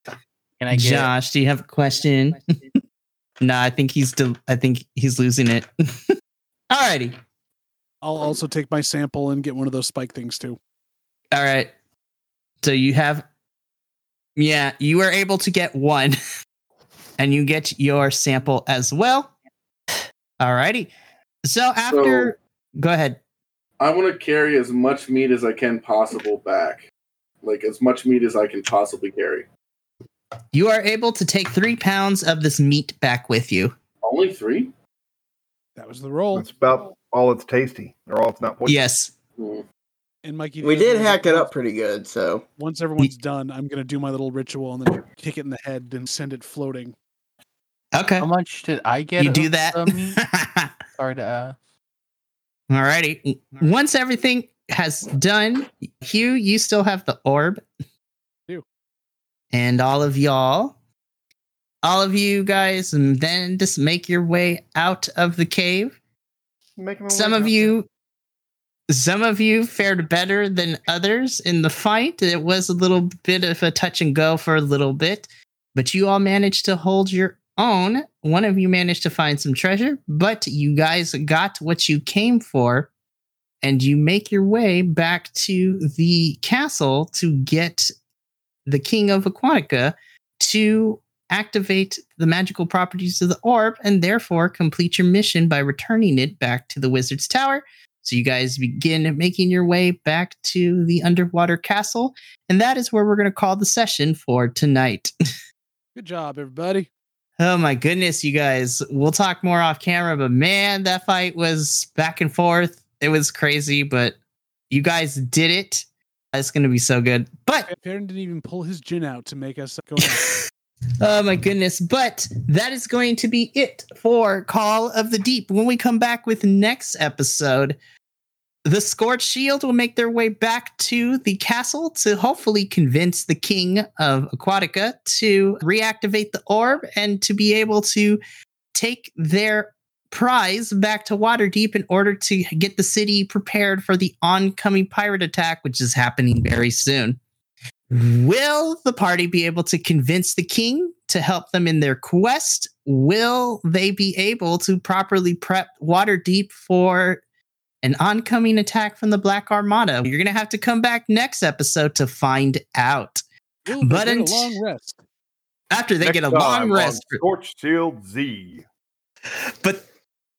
Can I get? Josh, do you have a question? nah, I think he's del- I think he's losing it. Alrighty. I'll also take my sample and get one of those spike things too. All right. So you have Yeah, you were able to get one. and you get your sample as well. All righty. So after go ahead. I want to carry as much meat as I can possible back. Like as much meat as I can possibly carry. You are able to take three pounds of this meat back with you. Only three? That was the roll. That's about all it's tasty, or all it's not poison. Yes. Hmm. And Mikey, the We other did thing- hack it up pretty good, so Once everyone's done, I'm gonna do my little ritual and then kick it in the head and send it floating. Okay. How much did I get? You do of that. the meat? Sorry to ask. All righty. Once everything has done, Hugh, you still have the orb. Do. And all of y'all, all of you guys, and then just make your way out of the cave. Make 'em a Some little of bit- you, some of you fared better than others in the fight. It was a little bit of a touch and go for a little bit, but you all managed to hold your own. One of you managed to find some treasure, but you guys got what you came for and you make your way back to the castle to get the king of aquatica to activate the magical properties of the orb and therefore complete your mission by returning it back to the wizard's tower so you guys begin making your way back to the underwater castle and that is where we're going to call the session for tonight Good job, everybody. Oh my goodness, you guys. We'll talk more off camera, but man, that fight was back and forth. It was crazy, but you guys did it. It's going to be so good. But Perrin didn't even pull his gin out to make us go. nuts. oh my goodness, but that is going to be it for Call of the Deep. When we come back with next episode, the Scorched Shield will make their way back to the castle to hopefully convince the king of Aquatica to reactivate the orb and to be able to take their prize back to Waterdeep in order to get the city prepared for the oncoming pirate attack, which is happening very soon. Will the party be able to convince the king to help them in their quest? Will they be able to properly prep Waterdeep for an oncoming attack from the Black Armada? You're going to have to come back next episode to find out. We'll get But a unt- long rest. After they Next get a time long on rest. for- Scorched Shield Z. But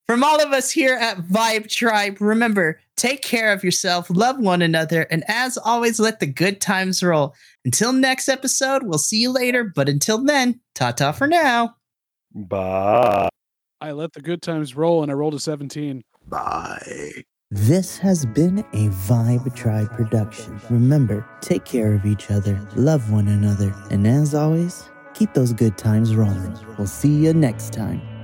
from all of us here at Vibe Tribe, remember take care of yourself, love one another, and as always, let the good times roll. Until next episode, we'll see you later. But until then, ta ta for now. Bye. I let the good times roll and I rolled a 17. Bye. This has been a Vibe Tribe production. Remember, take care of each other, love one another, and as always, keep those good times rolling. We'll see you next time.